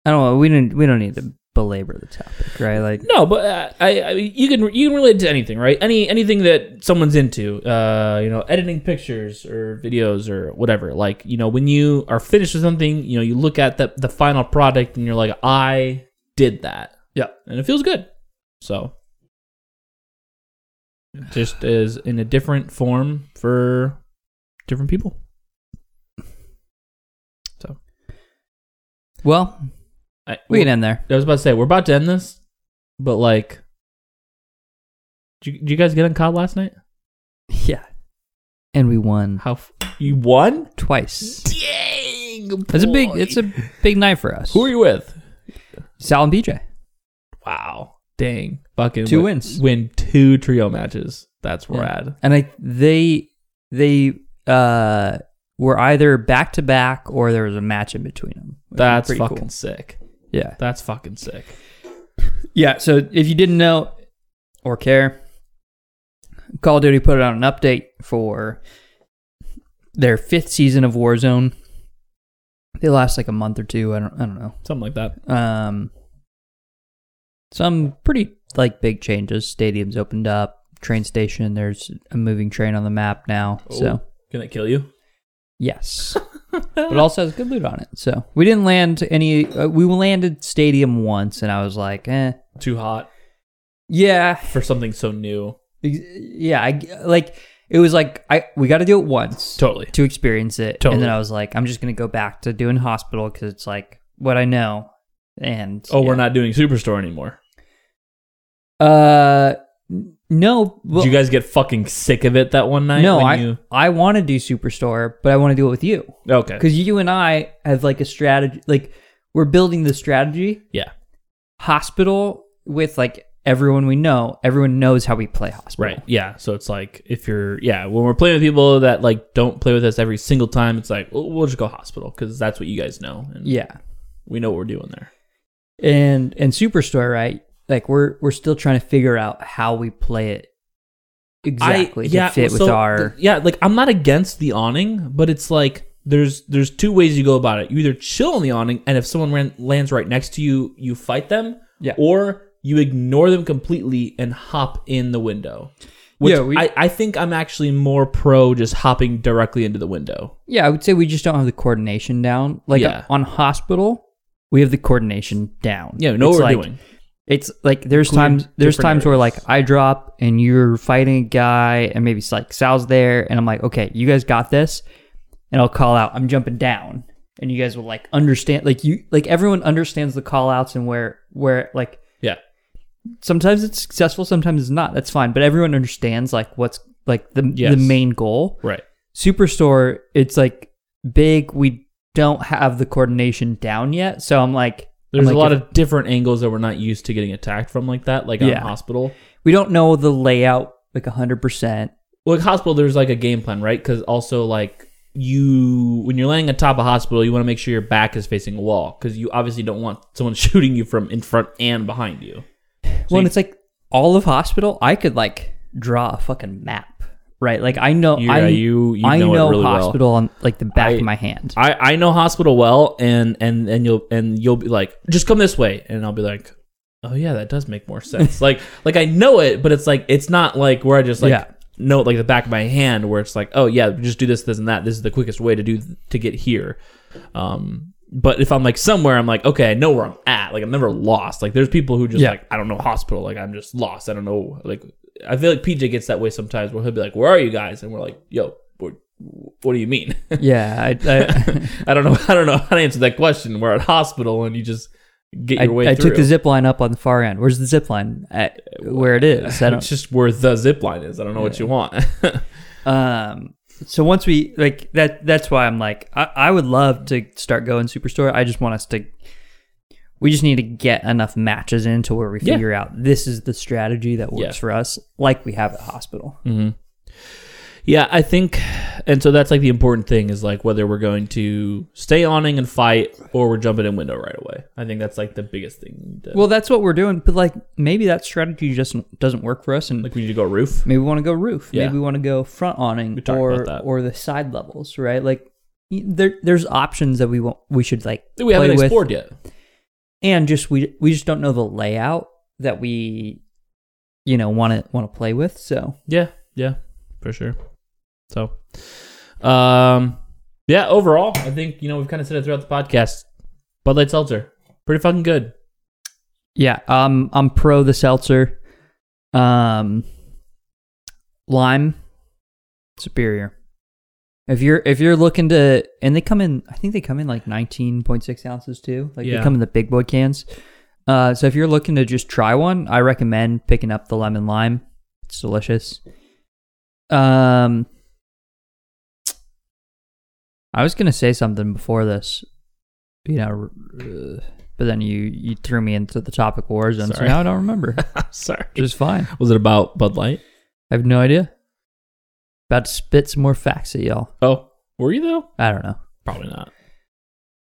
Speaker 2: I don't know. We didn't. We don't need to belabor the topic, right? Like,
Speaker 1: No, but uh, I, I you can you can relate to anything, right? Any anything that someone's into, uh, you know, editing pictures or videos or whatever. Like you know, when you are finished with something, you know, you look at the the final product and you're like, I did that.
Speaker 2: Yeah.
Speaker 1: and it feels good. So, it just is in a different form for different people.
Speaker 2: well,
Speaker 1: I,
Speaker 2: we can end there.
Speaker 1: I was about to say we're about to end this, but like, did you, did you guys get on COD last night?
Speaker 2: Yeah, and we won
Speaker 1: How f- you won?
Speaker 2: twice.
Speaker 1: Dang!
Speaker 2: It's a big. It's a big night for us.
Speaker 1: Who are you with?
Speaker 2: Sal and PJ.
Speaker 1: Wow! Dang! Fucking
Speaker 2: Two
Speaker 1: win,
Speaker 2: wins.
Speaker 1: Win two trio matches. That's
Speaker 2: Yeah.
Speaker 1: rad.
Speaker 2: And I they they uh were either back to back or there was a match in between them. which was
Speaker 1: That's
Speaker 2: pretty
Speaker 1: fucking
Speaker 2: cool.
Speaker 1: sick.
Speaker 2: yeah.
Speaker 1: That's fucking sick.
Speaker 2: Yeah, so if you didn't know or care, Call of Duty put out an update for their fifth season of Warzone. They last like a month or two. I don't, I don't know.
Speaker 1: Something like that.
Speaker 2: Um, some pretty like big changes. Stadiums opened up. Train station. There's a moving train on the map now. So
Speaker 1: Can it kill you?
Speaker 2: yes, but it also has good loot on it. So we didn't land any. Uh, we landed stadium once, and I was like, eh,
Speaker 1: Too hot
Speaker 2: yeah.
Speaker 1: for something so new.
Speaker 2: Ex- Yeah, I g like it was like I we got to do it once
Speaker 1: Totally.
Speaker 2: to experience it, and
Speaker 1: Totally.
Speaker 2: then I was like, I'm just gonna go back to doing hospital because it's like what I know. And
Speaker 1: Oh, we're
Speaker 2: yeah.
Speaker 1: not doing Superstore anymore.
Speaker 2: Uh, n- no. Well,
Speaker 1: Did you guys get fucking sick of it that one night?
Speaker 2: no,
Speaker 1: when
Speaker 2: I
Speaker 1: you-
Speaker 2: I want to do Superstore, but I want to do it with you
Speaker 1: okay.
Speaker 2: because you and I have like a strategy. Like we're building the strategy
Speaker 1: Yeah.
Speaker 2: hospital with like everyone we know. Everyone knows how we play hospital.
Speaker 1: Right. Yeah. So it's like if you're yeah, when we're playing with people that like don't play with us every single time, it's like we'll, we'll just go hospital because that's what you guys know and
Speaker 2: Yeah.
Speaker 1: we know what we're doing there.
Speaker 2: and and superstore right like we're we're still trying to figure out how we play it exactly
Speaker 1: I,
Speaker 2: to fit
Speaker 1: so
Speaker 2: with our
Speaker 1: th- yeah. Like I'm not against the awning, but it's like there's there's two ways you go about it. You either chill on the awning, and if someone ran, lands right next to you, you fight them.
Speaker 2: Yeah.
Speaker 1: Or you ignore them completely and hop in the window. Which
Speaker 2: Yeah, we-
Speaker 1: I, I think I'm actually more pro just hopping directly into the window.
Speaker 2: yeah i would say we just don't have the coordination down like
Speaker 1: Yeah.
Speaker 2: on hospital we have the coordination down
Speaker 1: Yeah, we know
Speaker 2: It's
Speaker 1: what we're
Speaker 2: like-
Speaker 1: doing.
Speaker 2: it's like there's
Speaker 1: Include
Speaker 2: times there's
Speaker 1: different
Speaker 2: times where like
Speaker 1: areas.
Speaker 2: i drop and you're fighting a guy and maybe it's like sal's there and i'm like okay you guys got this and i'll call out i'm jumping down and you guys will like understand like you like everyone understands the call outs and where where like
Speaker 1: Yeah.
Speaker 2: sometimes it's successful, sometimes it's not. That's fine. But everyone understands like what's like the
Speaker 1: Yes.
Speaker 2: the main goal.
Speaker 1: Right.
Speaker 2: Superstore, it's like big. We don't have the coordination down yet, so I'm like,
Speaker 1: There's
Speaker 2: I'm
Speaker 1: a
Speaker 2: like,
Speaker 1: lot
Speaker 2: if-
Speaker 1: of different angles that we're not used to getting attacked from like that, like
Speaker 2: Yeah.
Speaker 1: on hospital.
Speaker 2: we don't know the layout like hundred percent.
Speaker 1: Well, like hospital, there's like a game plan, right? Because also like you, when you're laying atop a hospital, you want to make sure your back is facing a wall because you obviously don't want someone shooting you from in front and behind you.
Speaker 2: well,
Speaker 1: you-
Speaker 2: and it's like all of hospital, I could like draw a fucking map, right? Like I know,
Speaker 1: Yeah,
Speaker 2: I
Speaker 1: you- you
Speaker 2: I
Speaker 1: know
Speaker 2: know,
Speaker 1: it really well.
Speaker 2: hospital on like the back
Speaker 1: I-
Speaker 2: of my hand.
Speaker 1: I, I know hospital well, and and and you'll and you'll be like, just come this way, and I'll be like, oh yeah, that does make more sense. like like I know it, but it's like it's not like where I just like
Speaker 2: Yeah.
Speaker 1: know it like the back of my hand, where it's like, oh yeah, just do this, this, and that. This is the quickest way to do to get here. Um, but if I'm like somewhere, I'm like, okay, I know where I'm at. Like I'm never lost. Like there's people who just
Speaker 2: Yeah.
Speaker 1: like I don't know hospital. Like I'm just lost. I don't know. Like I feel like PJ gets that way sometimes, where he'll be like, where are you guys? And we're like, yo. we're- What do you mean?
Speaker 2: yeah, I, I,
Speaker 1: I don't know. I don't know how to answer that question. We're at hospital, and you just get your way
Speaker 2: I, I
Speaker 1: through.
Speaker 2: took the zip line up on the far end. Where's the zip line at where it is? I
Speaker 1: it's
Speaker 2: don't.
Speaker 1: just where the zip line is. I don't know what you want.
Speaker 2: Um, so once we like that, that's why I'm like, I, I would love to start going superstore. I just want us to. We just need to get enough matches in to where we
Speaker 1: Yeah.
Speaker 2: figure out this is the strategy that works
Speaker 1: Yeah. Mm.
Speaker 2: for us, like we have at hospital.
Speaker 1: yeah, I think, and so that's like the important thing is like whether we're going to stay awning and fight, or we're jumping in window right away. I think that's like the biggest thing. That,
Speaker 2: Well, that's what we're doing, but like maybe that strategy just doesn't work for us, and
Speaker 1: like we need to go roof.
Speaker 2: maybe we want to go roof,
Speaker 1: Yeah.
Speaker 2: maybe we want to go front awning
Speaker 1: talked
Speaker 2: or
Speaker 1: about that.
Speaker 2: or the side levels, right? Like y- there there's options that we won't we should like
Speaker 1: We
Speaker 2: play
Speaker 1: haven't
Speaker 2: with.
Speaker 1: explored yet.
Speaker 2: and just we we just don't know the layout that we you know want to want to play with so
Speaker 1: Yeah, yeah, for sure. So, um, yeah, overall, I think you know we've kind of said it throughout the podcast. Bud Light Seltzer, pretty fucking good.
Speaker 2: yeah um i'm pro the seltzer um lime superior if you're if you're looking to and they come in i think they come in like 19.6 ounces too like
Speaker 1: Yeah.
Speaker 2: they come in the big boy cans uh so if you're looking to just try one i recommend picking up the lemon lime it's delicious um i was gonna say something before this you know uh, but then you you threw me into the topic war zone so
Speaker 1: Sorry.
Speaker 2: now i don't remember
Speaker 1: I'm sorry.
Speaker 2: which is fine
Speaker 1: Was it about Bud Light?
Speaker 2: I have no idea. About to spit some more facts at y'all.
Speaker 1: Oh, were you though?
Speaker 2: I don't know.
Speaker 1: Probably not. It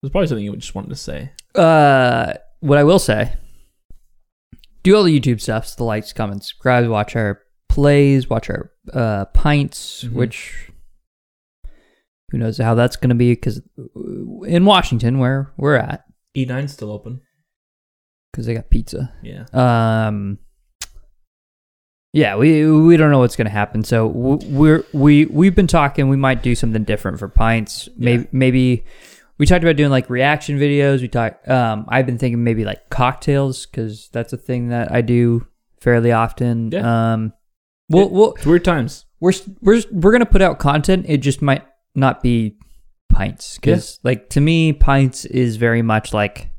Speaker 1: was probably something you just wanted to say.
Speaker 2: Uh, what I will say, do all the YouTube stuffs, the likes, comments, subscribes, watch our plays, watch our uh, pints,
Speaker 1: Mhm.
Speaker 2: which who knows how that's going to be because in Washington, where we're at,
Speaker 1: E 9s still open.
Speaker 2: because they got pizza.
Speaker 1: Yeah.
Speaker 2: Um, yeah, we we don't know what's going to happen. So w- we're we we've been talking. We might do something different for pints. Maybe
Speaker 1: Yeah.
Speaker 2: maybe we talked about doing like reaction videos. We talked. Um, I've been thinking maybe like cocktails because that's a thing that I do fairly often.
Speaker 1: Yeah.
Speaker 2: Um, we'll, we'll
Speaker 1: It's weird times.
Speaker 2: we're s- we're s- we're gonna put out content. It just might not be pints because like to me, pints is very much like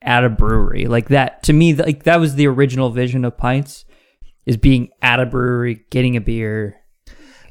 Speaker 2: at a brewery. Like that to me, th- like that was the original vision of pints is being at a brewery, getting a beer.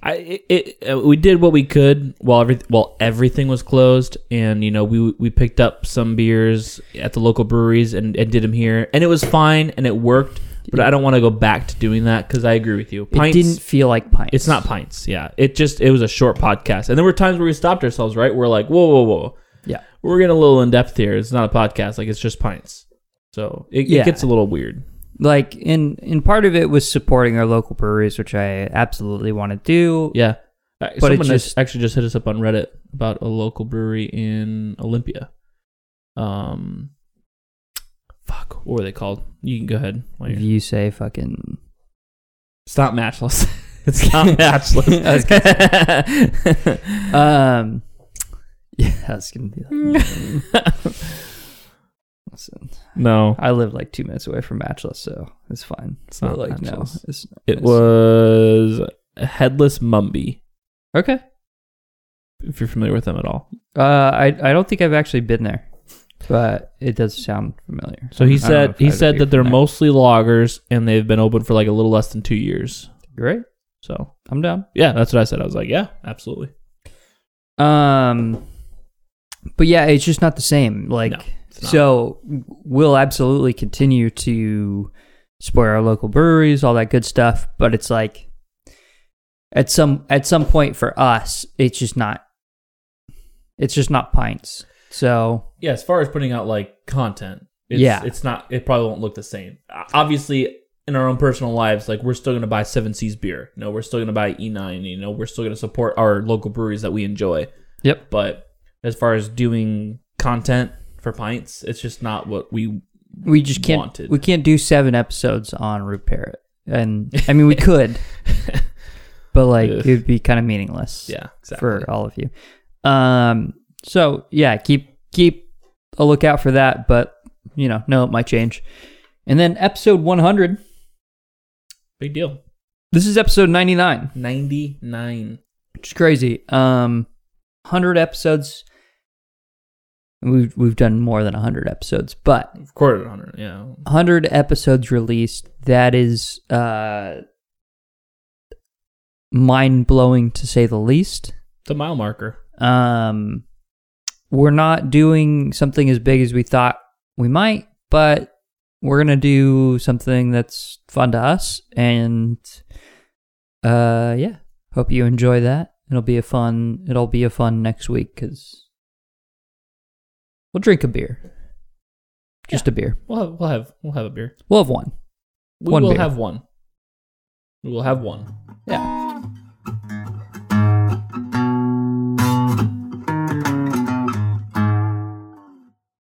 Speaker 1: I it, it, uh, we did what we could while every while everything was closed, and you know we we picked up some beers at the local breweries and, and did them here, and it was fine and it worked. But I don't want to go back to doing that because I agree with you. Pints,
Speaker 2: it didn't feel like pints.
Speaker 1: It's not pints. Yeah. It just it was a short podcast, and there were times where we stopped ourselves. Right, we're like, whoa, whoa, whoa.
Speaker 2: Yeah.
Speaker 1: we're getting a little in depth here. It's not a podcast, like it's just pints. So it,
Speaker 2: Yeah.
Speaker 1: it gets a little weird.
Speaker 2: Like in and part of it was supporting our local breweries, which I absolutely want to do.
Speaker 1: Yeah. Uh,
Speaker 2: But it
Speaker 1: Someone has
Speaker 2: just-
Speaker 1: actually just hit us up on Reddit about a local brewery in Olympia. Um, fuck, what were they called? You can go ahead. while
Speaker 2: If
Speaker 1: you're-
Speaker 2: you say fucking
Speaker 1: It's not matchless. it's not
Speaker 2: I was
Speaker 1: matchless.
Speaker 2: Um, yeah, I was gonna do that. Listen,
Speaker 1: no,
Speaker 2: I live like two minutes away from Matchless, so it's fine.
Speaker 1: it's
Speaker 2: But
Speaker 1: not
Speaker 2: like, no,
Speaker 1: matchless.
Speaker 2: it's,
Speaker 1: Oh, It was Headless Mumby.
Speaker 2: okay.
Speaker 1: If you're familiar with them at all,
Speaker 2: Uh, I I don't think I've actually been there, but it does sound familiar.
Speaker 1: so he
Speaker 2: I don't know
Speaker 1: said
Speaker 2: if
Speaker 1: he
Speaker 2: I'd
Speaker 1: said
Speaker 2: be
Speaker 1: that they're
Speaker 2: familiar.
Speaker 1: mostly loggers and they've been open for like a little less than two years.
Speaker 2: great.
Speaker 1: So
Speaker 2: I'm down.
Speaker 1: yeah, that's what I said. I was like, yeah, absolutely.
Speaker 2: Um, but yeah, it's just not the same. Like,
Speaker 1: No, it's not.
Speaker 2: so we'll absolutely continue to support our local breweries, all that good stuff. But it's like at some at some point for us, it's just not. It's just not pints. So
Speaker 1: yeah, as far as putting out like content, it's,
Speaker 2: Yeah.
Speaker 1: it's not. It probably won't look the same. O- Obviously, in our own personal lives, like we're still gonna buy Seven Seas beer. You know, we're still gonna buy E nine. You know, we're still gonna support our local breweries that we enjoy.
Speaker 2: Yep.
Speaker 1: But as far as doing content for pints, it's just not what we.
Speaker 2: We just can't.
Speaker 1: Wanted.
Speaker 2: We can't do seven episodes on root parrot, and I mean we could, but like
Speaker 1: Ugh.
Speaker 2: it would be kind of meaningless.
Speaker 1: Yeah, exactly.
Speaker 2: for all of you. Um, so yeah, keep keep a lookout for that. But you know, no, it might change. And then episode 100.
Speaker 1: Big deal.
Speaker 2: This is episode 99,
Speaker 1: Ninety nine.
Speaker 2: which is crazy. Um, 100 episodes. We've we've done more than 100 episodes, but
Speaker 1: Quarter to hundred. Yeah.
Speaker 2: 100 episodes released. That is uh mind blowing to say the least.
Speaker 1: It's a mile marker.
Speaker 2: Um, we're not doing something as big as we thought we might, but we're gonna do something that's fun to us, and uh, yeah, hope you enjoy that. It'll be a fun. It'll be a fun next week because we'll drink a beer, just a beer.
Speaker 1: We'll have, we'll have we'll have a beer.
Speaker 2: We'll have one.
Speaker 1: We
Speaker 2: One
Speaker 1: will
Speaker 2: beer.
Speaker 1: have one. We will have one.
Speaker 2: Yeah.